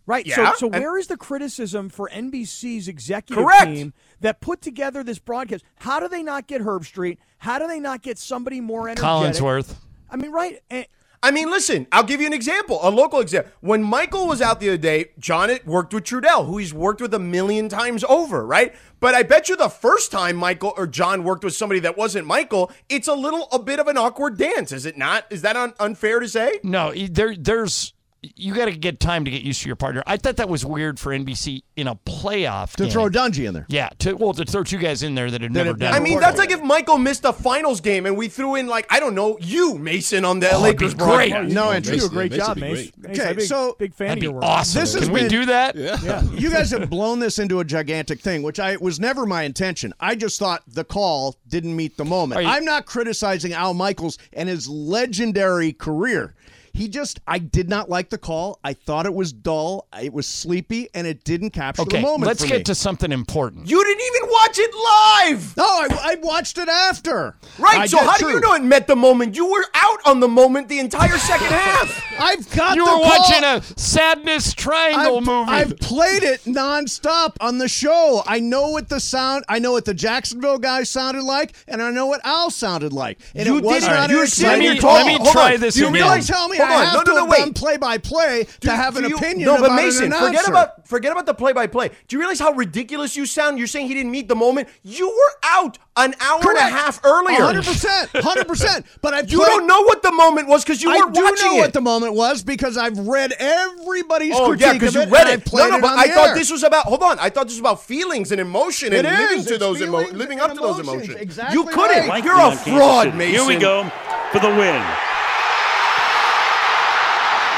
Speaker 17: Right.
Speaker 15: Yeah,
Speaker 17: So, so
Speaker 15: and-
Speaker 17: where is the criticism for NBC's executive
Speaker 15: Correct.
Speaker 17: team that put together this broadcast? How do they not get Herb Street? How do they not get somebody more energetic?
Speaker 2: Collinsworth.
Speaker 17: I mean, right? eh, And,
Speaker 15: I mean, listen, I'll give you an example, a local example. When Michael was out the other day, John had worked with Trudell, who he's worked with a million times over, right? But I bet you the first time Michael or John worked with somebody that wasn't Michael, it's a little, a bit of an awkward dance, is it not? Is that un- unfair to say?
Speaker 2: No, e- there, there's you got to get time to get used to your partner. I thought that was weird for NBC in a playoff
Speaker 1: To
Speaker 2: game.
Speaker 1: throw Dungy in there.
Speaker 2: Yeah, to, well, to throw two guys in there that had
Speaker 1: That
Speaker 2: never
Speaker 1: had
Speaker 2: done.
Speaker 15: I
Speaker 2: it
Speaker 15: mean,
Speaker 2: before.
Speaker 15: that's like if Michael missed a finals game and we threw in, like, I don't know, you, Mason, on the
Speaker 2: Oh, it'd be
Speaker 15: Lakers
Speaker 2: great.
Speaker 15: broadcast.
Speaker 1: No
Speaker 17: you
Speaker 1: interest.
Speaker 17: do a great job,
Speaker 1: be
Speaker 17: Mace.
Speaker 1: great.
Speaker 17: Mace, I'm
Speaker 1: Okay,
Speaker 17: a big,
Speaker 1: so-
Speaker 17: big fan
Speaker 2: That'd
Speaker 17: of
Speaker 2: be
Speaker 17: your work.
Speaker 2: awesome.
Speaker 1: This has
Speaker 2: Can we
Speaker 1: been-
Speaker 2: do that?
Speaker 17: Yeah.
Speaker 1: you guys have blown this into a gigantic thing, which I was never my intention. I just thought the call didn't meet the moment.
Speaker 2: Are you-
Speaker 1: I'm not criticizing Al Michaels and his legendary career. He just, I did not like the call. I thought it was dull. It was sleepy, and it didn't capture
Speaker 2: Okay,
Speaker 1: the moment.
Speaker 2: let's
Speaker 1: for
Speaker 2: get
Speaker 1: me.
Speaker 2: to something important.
Speaker 15: You didn't even watch it live!
Speaker 1: No, I, I watched it after.
Speaker 15: Right,
Speaker 1: I
Speaker 15: so
Speaker 1: did
Speaker 15: how do
Speaker 1: too.
Speaker 15: you know it met the moment? You were out on the moment the entire second half.
Speaker 1: I've got
Speaker 2: you
Speaker 1: the
Speaker 2: were
Speaker 1: call.
Speaker 2: watching a sadness triangle
Speaker 1: I've,
Speaker 2: movie.
Speaker 1: I've played it nonstop on the show. I know what the sound. I know what the Jacksonville guy sounded like, and I know what Al sounded like. And
Speaker 15: You
Speaker 1: it was
Speaker 15: didn't-
Speaker 1: not
Speaker 15: you're
Speaker 1: an
Speaker 15: sitting
Speaker 1: exciting
Speaker 15: here
Speaker 1: call.
Speaker 15: talking- Let me
Speaker 1: Hold
Speaker 2: try
Speaker 1: on.
Speaker 2: this
Speaker 1: you
Speaker 2: again.
Speaker 1: really tell me
Speaker 15: Hold
Speaker 1: I
Speaker 15: on.
Speaker 1: have
Speaker 15: No,
Speaker 1: to
Speaker 15: no, no,
Speaker 1: have
Speaker 15: wait.
Speaker 1: done play by play
Speaker 15: Do-
Speaker 1: to have
Speaker 15: do
Speaker 1: an
Speaker 15: you-
Speaker 1: opinion
Speaker 15: No,
Speaker 1: about
Speaker 15: but
Speaker 1: an
Speaker 15: Mason, forget
Speaker 1: announcer.
Speaker 15: about forget about the play by play. Do you realize how ridiculous you sound? You're saying he didn't meet the moment. You were out an hour and
Speaker 1: Correct.
Speaker 15: a half earlier.
Speaker 1: 100%. 100%. But I've
Speaker 15: You
Speaker 1: played-
Speaker 15: don't know what the moment was because you
Speaker 1: I
Speaker 15: weren't
Speaker 1: do
Speaker 15: watching
Speaker 1: know
Speaker 15: it.
Speaker 1: what the moment was because I've read everybody's
Speaker 15: Oh
Speaker 1: critique
Speaker 15: yeah, because
Speaker 1: of
Speaker 15: you
Speaker 1: it,
Speaker 15: read
Speaker 1: and I
Speaker 15: it.
Speaker 1: played
Speaker 15: No, no,
Speaker 1: it
Speaker 15: but
Speaker 1: on
Speaker 15: I
Speaker 1: the
Speaker 15: thought
Speaker 1: air.
Speaker 15: this was about. Hold on, I thought this was about feelings and emotion
Speaker 1: It
Speaker 15: and living
Speaker 1: is.
Speaker 15: to
Speaker 1: It's
Speaker 15: those
Speaker 1: feelings
Speaker 15: emotions, living up
Speaker 1: and
Speaker 15: to those
Speaker 1: emotions.
Speaker 15: emotions.
Speaker 1: Exactly
Speaker 15: you couldn't.
Speaker 1: right.
Speaker 15: You're a fraud, Mason.
Speaker 18: Here we go for the win.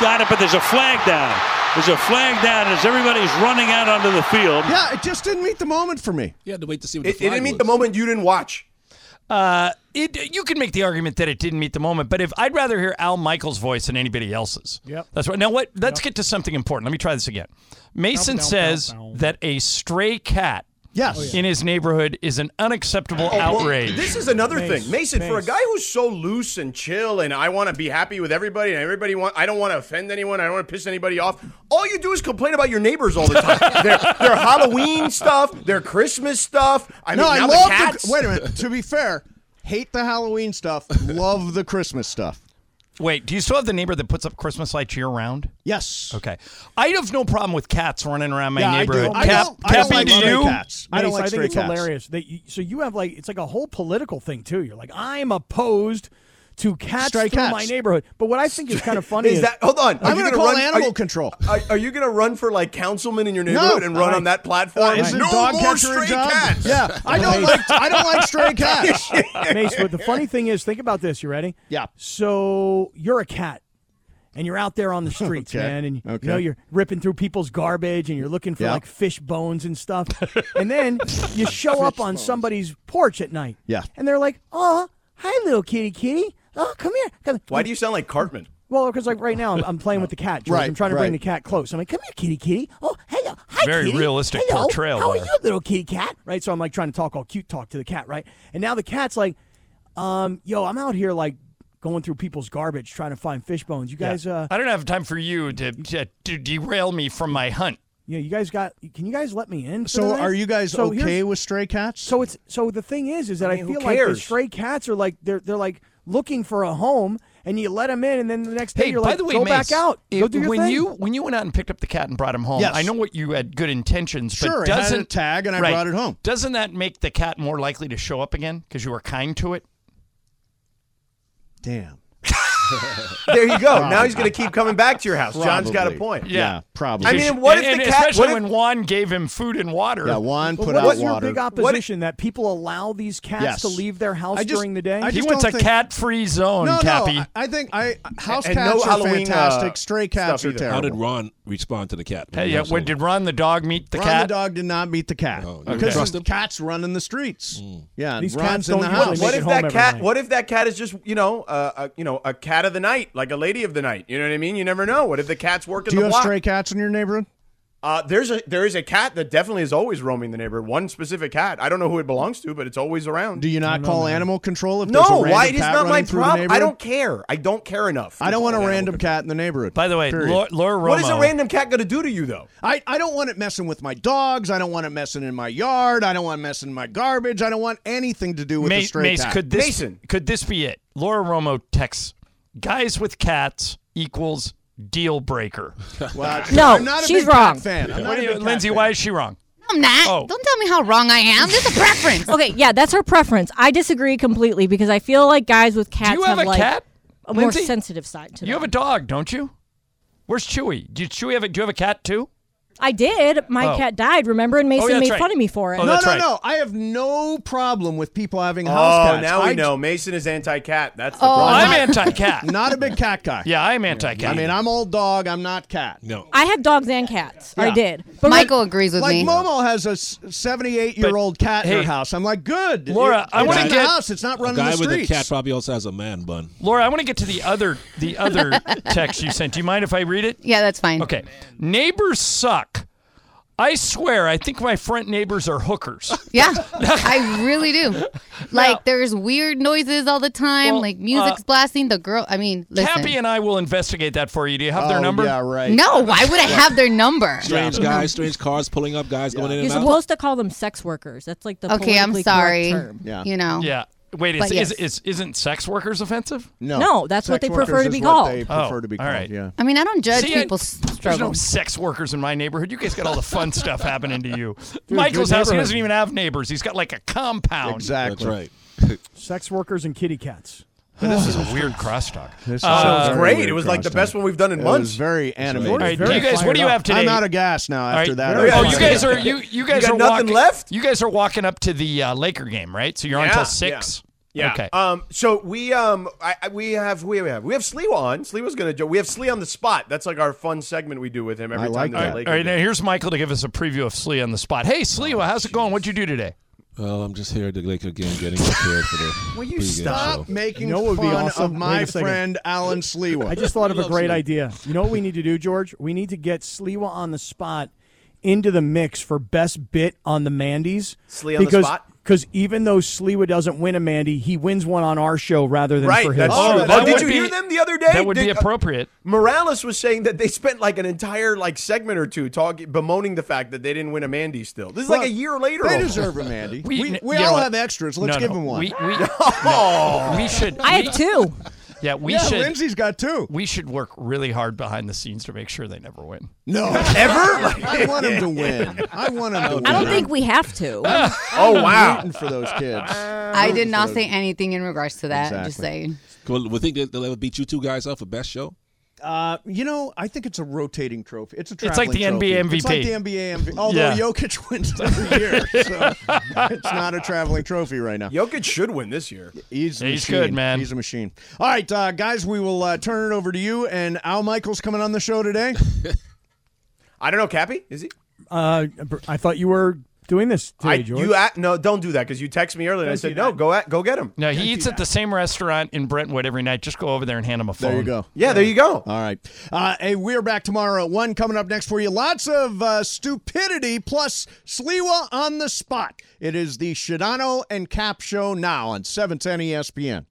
Speaker 18: Got it, but there's a flag down. There's a flag down as everybody's running out onto the field.
Speaker 1: Yeah, it just didn't meet the moment for me.
Speaker 4: You had to wait to see what
Speaker 15: It, it
Speaker 4: the flag
Speaker 15: didn't meet
Speaker 4: was.
Speaker 15: the moment you didn't watch.
Speaker 2: Uh, it, you can make the argument that it didn't meet the moment, but if I'd rather hear Al Michaels' voice than anybody else's.
Speaker 17: Yep.
Speaker 2: That's right. Now what? Let's get to something important. Let me try this again. Mason says that a stray cat.
Speaker 1: Yes. Oh, yeah.
Speaker 2: In his neighborhood is an unacceptable
Speaker 15: Oh, well,
Speaker 2: outrage.
Speaker 15: this is another
Speaker 17: Mace,
Speaker 15: thing, Mason. For a
Speaker 17: Mace.
Speaker 15: guy who's so loose and chill, and I want to be happy with everybody, and everybody want, I don't want to offend anyone, I don't want to piss anybody off. All you do is complain about your neighbors all the time. their, their Halloween stuff, their Christmas stuff. I
Speaker 1: no,
Speaker 15: mean,
Speaker 1: I
Speaker 15: now
Speaker 1: love
Speaker 15: the cats.
Speaker 1: Wait a minute. To be fair, hate the Halloween stuff, love the Christmas stuff.
Speaker 2: Wait, do you still have the neighbor that puts up Christmas lights year round?
Speaker 1: Yes.
Speaker 2: Okay. I have no problem with cats running around my
Speaker 1: Yeah, I
Speaker 2: neighborhood.
Speaker 1: do. I
Speaker 2: Cap-
Speaker 1: don't- I don't
Speaker 2: Cappy,
Speaker 1: like
Speaker 2: do
Speaker 1: stray
Speaker 2: you?
Speaker 1: cats. I don't
Speaker 17: Mace, I
Speaker 1: like
Speaker 17: think
Speaker 1: stray
Speaker 17: it's
Speaker 1: cats.
Speaker 17: hilarious that you, so you have like it's like a whole political thing too. You're like I'm opposed to cats through
Speaker 1: Stray cats.
Speaker 17: my neighborhood. But what I think is kind of funny
Speaker 15: Is that hold on? Are
Speaker 1: I'm
Speaker 15: you
Speaker 1: going to
Speaker 15: gonna
Speaker 1: call
Speaker 15: run- are
Speaker 1: animal
Speaker 15: you-
Speaker 1: control.
Speaker 15: Are, are you going to run for like councilman in your neighborhood and run on that platform?
Speaker 1: Uh, isn't
Speaker 15: no
Speaker 1: dog
Speaker 15: more
Speaker 1: catcher
Speaker 15: stray
Speaker 1: a job?
Speaker 15: cats.
Speaker 1: Yeah, I don't like I don't like stray cats.
Speaker 17: Mace, but the funny thing is, think about this. You ready?
Speaker 1: Yeah.
Speaker 17: So you're a cat, and you're out there on the streets,
Speaker 1: Okay.
Speaker 17: man, and
Speaker 1: Okay.
Speaker 17: you know you're ripping through people's garbage and you're looking for
Speaker 1: Yeah.
Speaker 17: like fish bones and stuff, and then you show up on somebody's porch at night,
Speaker 1: Yeah.
Speaker 17: and they're like, "Oh, hi, little kitty, kitty. Oh, come here, come."
Speaker 15: Why do you sound like Cartman?
Speaker 17: Well, because like right now I'm, I'm playing with the cat, George.
Speaker 15: Right,
Speaker 17: I'm trying to
Speaker 15: right.
Speaker 17: bring the cat close. I'm like, "Come here, kitty, kitty. Oh, hey, uh, hi,
Speaker 2: Very
Speaker 17: kitty.
Speaker 2: realistic
Speaker 17: Hello.
Speaker 2: portrayal
Speaker 17: How
Speaker 2: there.
Speaker 17: are you, little kitty cat?" Right. So I'm like trying to talk all cute talk to the cat, right? And now the cat's like, um, "Yo, I'm out here like going through people's garbage trying to find fish bones. You guys, uh,
Speaker 2: I don't have time for you to, to, to derail me from my hunt.
Speaker 17: yeah, you guys got. Can you guys let me in? for
Speaker 2: So
Speaker 17: the night?"
Speaker 2: are you guys
Speaker 17: So here's-
Speaker 1: okay with stray cats?
Speaker 17: So it's so the thing is, is that I,
Speaker 1: mean, who
Speaker 17: feel like the
Speaker 1: cares?
Speaker 17: stray cats are like they're they're like looking for a home, and you let them in, and then the next day
Speaker 2: Hey,
Speaker 17: you're
Speaker 2: by
Speaker 17: like,
Speaker 2: the way,
Speaker 17: go
Speaker 2: Mace,
Speaker 17: back out, go
Speaker 2: if-
Speaker 17: do your
Speaker 2: when
Speaker 17: thing.
Speaker 2: you when you went out and picked up the cat and brought him home,
Speaker 17: Yes.
Speaker 2: I know what you had good intentions,
Speaker 1: Sure,
Speaker 2: but
Speaker 1: it had a
Speaker 2: doesn't
Speaker 1: tag and I
Speaker 2: Right.
Speaker 1: brought it home.
Speaker 2: Doesn't that make the cat more likely to show up again because you were kind to it?
Speaker 1: Damn.
Speaker 15: There you go. Now he's going to keep coming back to your house. John's got a
Speaker 1: Probably.
Speaker 15: point.
Speaker 2: Yeah,
Speaker 1: probably.
Speaker 15: I mean, what
Speaker 2: and,
Speaker 15: if
Speaker 2: and
Speaker 15: the cat?
Speaker 2: especially
Speaker 15: What if,
Speaker 2: when Juan gave him food and water?
Speaker 1: Yeah, Juan
Speaker 17: But
Speaker 1: put
Speaker 17: what
Speaker 1: out
Speaker 17: is your
Speaker 1: water.
Speaker 17: big opposition that people allow these cats
Speaker 1: Yes.
Speaker 17: to leave their house
Speaker 1: I just-
Speaker 17: during the day?
Speaker 1: I
Speaker 2: he
Speaker 1: just
Speaker 2: wants
Speaker 1: don't
Speaker 2: a
Speaker 1: think-
Speaker 2: cat-free zone,
Speaker 1: no,
Speaker 2: Cappy.
Speaker 1: No, I- I think I house
Speaker 15: And no
Speaker 1: cats are
Speaker 15: Halloween, uh,
Speaker 1: fantastic. Stray cats
Speaker 15: stuff
Speaker 1: are
Speaker 15: either.
Speaker 1: terrible.
Speaker 4: How did Ron respond to the cat?
Speaker 2: Hey, yeah, when did Ron the dog meet the
Speaker 1: Ron
Speaker 2: cat?
Speaker 1: the dog did not beat the cat
Speaker 15: Oh,
Speaker 4: you
Speaker 1: because
Speaker 4: trust
Speaker 1: the cats run in the streets. Yeah,
Speaker 17: These
Speaker 1: Ron's
Speaker 17: cats
Speaker 1: in
Speaker 17: don't
Speaker 1: the
Speaker 17: usually
Speaker 1: house.
Speaker 17: make
Speaker 15: Mm. what
Speaker 17: it
Speaker 15: if
Speaker 17: home
Speaker 15: that
Speaker 17: every
Speaker 15: cat?
Speaker 17: night.
Speaker 15: What if that cat is just you know uh, a you know a cat of the night, like a lady of the night? You know what I mean? You never know. What if the cat's working
Speaker 1: Do you
Speaker 15: the
Speaker 1: have
Speaker 15: block?
Speaker 1: stray cats in your neighborhood?
Speaker 15: Uh, there's a there is a cat that definitely is always roaming the neighborhood. One specific cat. I don't know who it belongs to, but it's always around.
Speaker 1: Do you not call animal control if there's a
Speaker 15: no,
Speaker 1: random
Speaker 15: why it is
Speaker 1: cat
Speaker 15: not my
Speaker 1: running through the
Speaker 15: problem. I
Speaker 1: neighborhood?
Speaker 15: don't care. I don't care enough.
Speaker 1: I don't want a random cat in the neighborhood.
Speaker 2: By the way,
Speaker 1: period.
Speaker 2: Lau- Laura Romo.
Speaker 15: What is a random cat going to do to you though?
Speaker 1: I, I don't want it messing with my dogs. I don't want it messing in my yard. I don't want it messing in my garbage. I don't want anything to do with
Speaker 2: Ma-
Speaker 1: a stray
Speaker 2: Mace,
Speaker 1: cat.
Speaker 2: could this
Speaker 15: Mason.
Speaker 2: could this be it? Laura Romo texts: Guys with cats equals deal breaker.
Speaker 1: Well,
Speaker 11: No,
Speaker 1: I'm not a
Speaker 11: she's
Speaker 1: big cat
Speaker 11: wrong.
Speaker 1: fan.
Speaker 2: What
Speaker 1: I'm not
Speaker 2: do
Speaker 1: a
Speaker 2: you,
Speaker 1: big cat
Speaker 2: Lindsay,
Speaker 1: fan.
Speaker 2: why is she wrong?
Speaker 11: I'm not.
Speaker 2: Oh.
Speaker 11: Don't tell me how wrong I am. There's a preference.
Speaker 19: Okay, yeah, that's her preference. I disagree completely because I feel like guys with cats
Speaker 2: Do you have, a
Speaker 19: like
Speaker 2: cat?
Speaker 19: a more
Speaker 2: Lindsay?
Speaker 19: sensitive side to
Speaker 2: You
Speaker 19: them.
Speaker 2: have a dog, don't you? Where's Chewy? Do you, Chewy have a, do you have a cat too?
Speaker 19: I did. My
Speaker 2: Oh.
Speaker 19: cat died, remember? And Mason
Speaker 2: that's
Speaker 19: made
Speaker 2: right.
Speaker 19: fun of me for it.
Speaker 2: Oh,
Speaker 1: no,
Speaker 2: that's
Speaker 1: no,
Speaker 2: right.
Speaker 1: no. Oh, I have no problem with people having house
Speaker 15: Oh,
Speaker 1: cats.
Speaker 15: now we
Speaker 1: I-
Speaker 15: know. Mason is anti-cat. That's the problem.
Speaker 2: Oh, I'm anti-cat.
Speaker 1: Not a big cat guy.
Speaker 2: yeah, I'm anti-cat.
Speaker 1: I mean, I'm all dog. I'm not cat.
Speaker 4: No.
Speaker 19: I had dogs and cats. I
Speaker 1: Yeah.
Speaker 19: did.
Speaker 11: Michael agrees with
Speaker 1: like
Speaker 11: me.
Speaker 1: Momo has a 78 year old cat in
Speaker 2: hey.
Speaker 1: her house. I'm like, good,
Speaker 2: Laura, I
Speaker 1: It's
Speaker 2: wanna
Speaker 1: in the
Speaker 2: get-
Speaker 1: house. It's not
Speaker 4: A
Speaker 1: running
Speaker 4: guy
Speaker 1: the
Speaker 4: with a
Speaker 1: streets.
Speaker 4: cat probably also has a man bun.
Speaker 2: Laura, I want to get to the other the other text you sent. Do you mind if I read it?
Speaker 11: yeah, that's fine.
Speaker 2: Okay. Neighbors suck. I swear, I think my front neighbors are hookers.
Speaker 11: Yeah, I really do. Like, there's weird noises all the time.
Speaker 2: Well,
Speaker 11: like, music's
Speaker 2: uh,
Speaker 11: blasting. The girl, I mean, listen.
Speaker 2: Cappy and I will investigate that for you. Do you have their
Speaker 1: Oh,
Speaker 2: number?
Speaker 1: Yeah, right.
Speaker 11: no, why would I have their number?
Speaker 4: Strange guys, strange cars pulling up, guys going in
Speaker 19: You're
Speaker 4: and out.
Speaker 19: supposed to call them sex workers. That's like the
Speaker 11: Okay, I'm
Speaker 19: politically correct
Speaker 11: sorry.
Speaker 19: term.
Speaker 1: Yeah.
Speaker 11: You know.
Speaker 2: Yeah. Wait, is,
Speaker 11: But yes.
Speaker 2: is, is, isn't sex workers offensive?
Speaker 1: No.
Speaker 19: No, that's what
Speaker 1: Sex
Speaker 19: they prefer
Speaker 1: workers
Speaker 19: to
Speaker 1: is
Speaker 19: be
Speaker 1: what
Speaker 19: called.
Speaker 1: They
Speaker 2: Oh,
Speaker 1: prefer to be
Speaker 2: all
Speaker 1: called.
Speaker 2: right.
Speaker 1: Yeah.
Speaker 11: I mean, I don't judge
Speaker 2: See, I-
Speaker 11: people's
Speaker 2: There's no
Speaker 11: struggles.
Speaker 2: sex workers in my neighborhood. You guys got all the fun stuff happening to you. Michael's
Speaker 17: good
Speaker 2: house, he
Speaker 17: neighborhood.
Speaker 2: doesn't even have neighbors. He's got like a compound.
Speaker 1: Exactly.
Speaker 4: That's right.
Speaker 17: Sex workers and kitty cats.
Speaker 2: This is a weird crosstalk.
Speaker 1: Oh. This
Speaker 2: Uh,
Speaker 15: Sounds
Speaker 1: is
Speaker 15: great.
Speaker 1: very
Speaker 15: It was like the
Speaker 1: crosstalk.
Speaker 15: best one we've done in
Speaker 1: It
Speaker 15: months.
Speaker 1: was very animated.
Speaker 2: all right, do
Speaker 17: very
Speaker 2: you guys, what do you
Speaker 17: fired
Speaker 2: have
Speaker 17: up.
Speaker 2: today?
Speaker 1: I'm out of gas now
Speaker 2: All
Speaker 1: after
Speaker 2: right.
Speaker 1: that.
Speaker 2: Oh,
Speaker 1: I'm
Speaker 2: you
Speaker 1: fine.
Speaker 2: guys are you you guys
Speaker 15: got
Speaker 2: are
Speaker 15: nothing
Speaker 2: walking,
Speaker 15: left?
Speaker 2: You guys are walking up to the uh, Laker game, right? So you're on
Speaker 15: Yeah,
Speaker 2: until
Speaker 15: yeah.
Speaker 2: six.
Speaker 15: Yeah.
Speaker 2: Okay.
Speaker 15: Um. So we um. I, I- we have we have we have Slee on. Slee was gonna do. We have Slee on the spot. That's like our fun segment we do with him every
Speaker 1: I
Speaker 15: time.
Speaker 1: like
Speaker 15: there's
Speaker 1: that.
Speaker 15: a Laker
Speaker 2: All right.
Speaker 15: game.
Speaker 2: Now here's Michael to give us a preview of Slee on the spot. Hey, Slee, well, how's it going? What'd you do today?
Speaker 4: Well, I'm just here at the Laker game getting prepared for the. Will
Speaker 15: you stop?
Speaker 1: Stop making
Speaker 17: You know what would be
Speaker 1: fun
Speaker 17: awesome?
Speaker 1: of
Speaker 17: Wait
Speaker 1: my
Speaker 17: a second.
Speaker 1: friend Alan Slewa.
Speaker 17: I just thought of a great idea. You know what we need to do, George? We need to get Sliwa on the spot into the mix for best bit on the Mandy's.
Speaker 15: Slee on the
Speaker 17: because,
Speaker 15: spot?
Speaker 17: Because even though Sliwa doesn't win a Mandy, he wins one on our show rather than
Speaker 15: Right,
Speaker 17: for his.
Speaker 15: that's
Speaker 2: Oh,
Speaker 15: true.
Speaker 2: that
Speaker 15: Well, did
Speaker 2: would
Speaker 15: you
Speaker 2: be-
Speaker 15: hear them the other day?
Speaker 2: That would
Speaker 15: Did-
Speaker 2: be
Speaker 15: uh,
Speaker 2: appropriate.
Speaker 15: Morales was saying that they spent like an entire like segment or two talking bemoaning the fact that they didn't win a Mandy. Still, this is like
Speaker 1: Well,
Speaker 15: a year later.
Speaker 1: They
Speaker 15: almost.
Speaker 1: deserve a Mandy. We, we,
Speaker 2: you know
Speaker 1: all
Speaker 2: what?
Speaker 1: have extras. Let's
Speaker 2: No,
Speaker 1: give
Speaker 2: no.
Speaker 1: them one.
Speaker 2: We, we, no. we should.
Speaker 19: I
Speaker 2: we-
Speaker 19: had two.
Speaker 2: Yeah, we
Speaker 1: yeah,
Speaker 2: should.
Speaker 1: Lindsay's got two.
Speaker 2: We should work really hard behind the scenes to make sure they never win.
Speaker 1: No. Ever? I want him to win. I want him to win.
Speaker 19: I don't think we have to.
Speaker 15: Oh wow!
Speaker 1: Rooting for those kids.
Speaker 11: I did not say anything in regards to that. Just
Speaker 1: Exactly.
Speaker 11: saying.
Speaker 4: Well, we think that they'll ever beat you two guys up for best show.
Speaker 1: Uh, you know, I think it's a rotating trophy. It's a
Speaker 2: It's like
Speaker 1: traveling
Speaker 2: the
Speaker 1: trophy.
Speaker 2: NBA
Speaker 1: It's like the
Speaker 2: MVP.
Speaker 1: NBA MVP. Although
Speaker 2: Yeah.
Speaker 1: Jokic wins every year, so it's not a traveling trophy right now.
Speaker 15: Jokic should win this year.
Speaker 1: He's, a
Speaker 2: He's
Speaker 1: machine.
Speaker 2: good, man.
Speaker 1: He's a machine. All right, uh, guys, we will uh, turn it over to you. And Al Michaels coming on the show today.
Speaker 15: I don't know, Cappy. Is he?
Speaker 17: Uh, I thought you were doing this today,
Speaker 15: I,
Speaker 17: George.
Speaker 15: you at, no, don't do that because you texted me earlier and I
Speaker 17: Don't
Speaker 15: said
Speaker 17: do
Speaker 15: no. Go at, go get him.
Speaker 2: No, he eats at the same restaurant in Brentwood every night. Just go over there and hand him a phone.
Speaker 1: There you go.
Speaker 15: Yeah, there you go.
Speaker 1: All right. Uh, hey, we're back tomorrow at 1. Coming up next for you, lots of uh, stupidity plus Sliwa E
Speaker 2: E
Speaker 1: on the spot. It is the Shadano and Cap show now on 710 ESPN.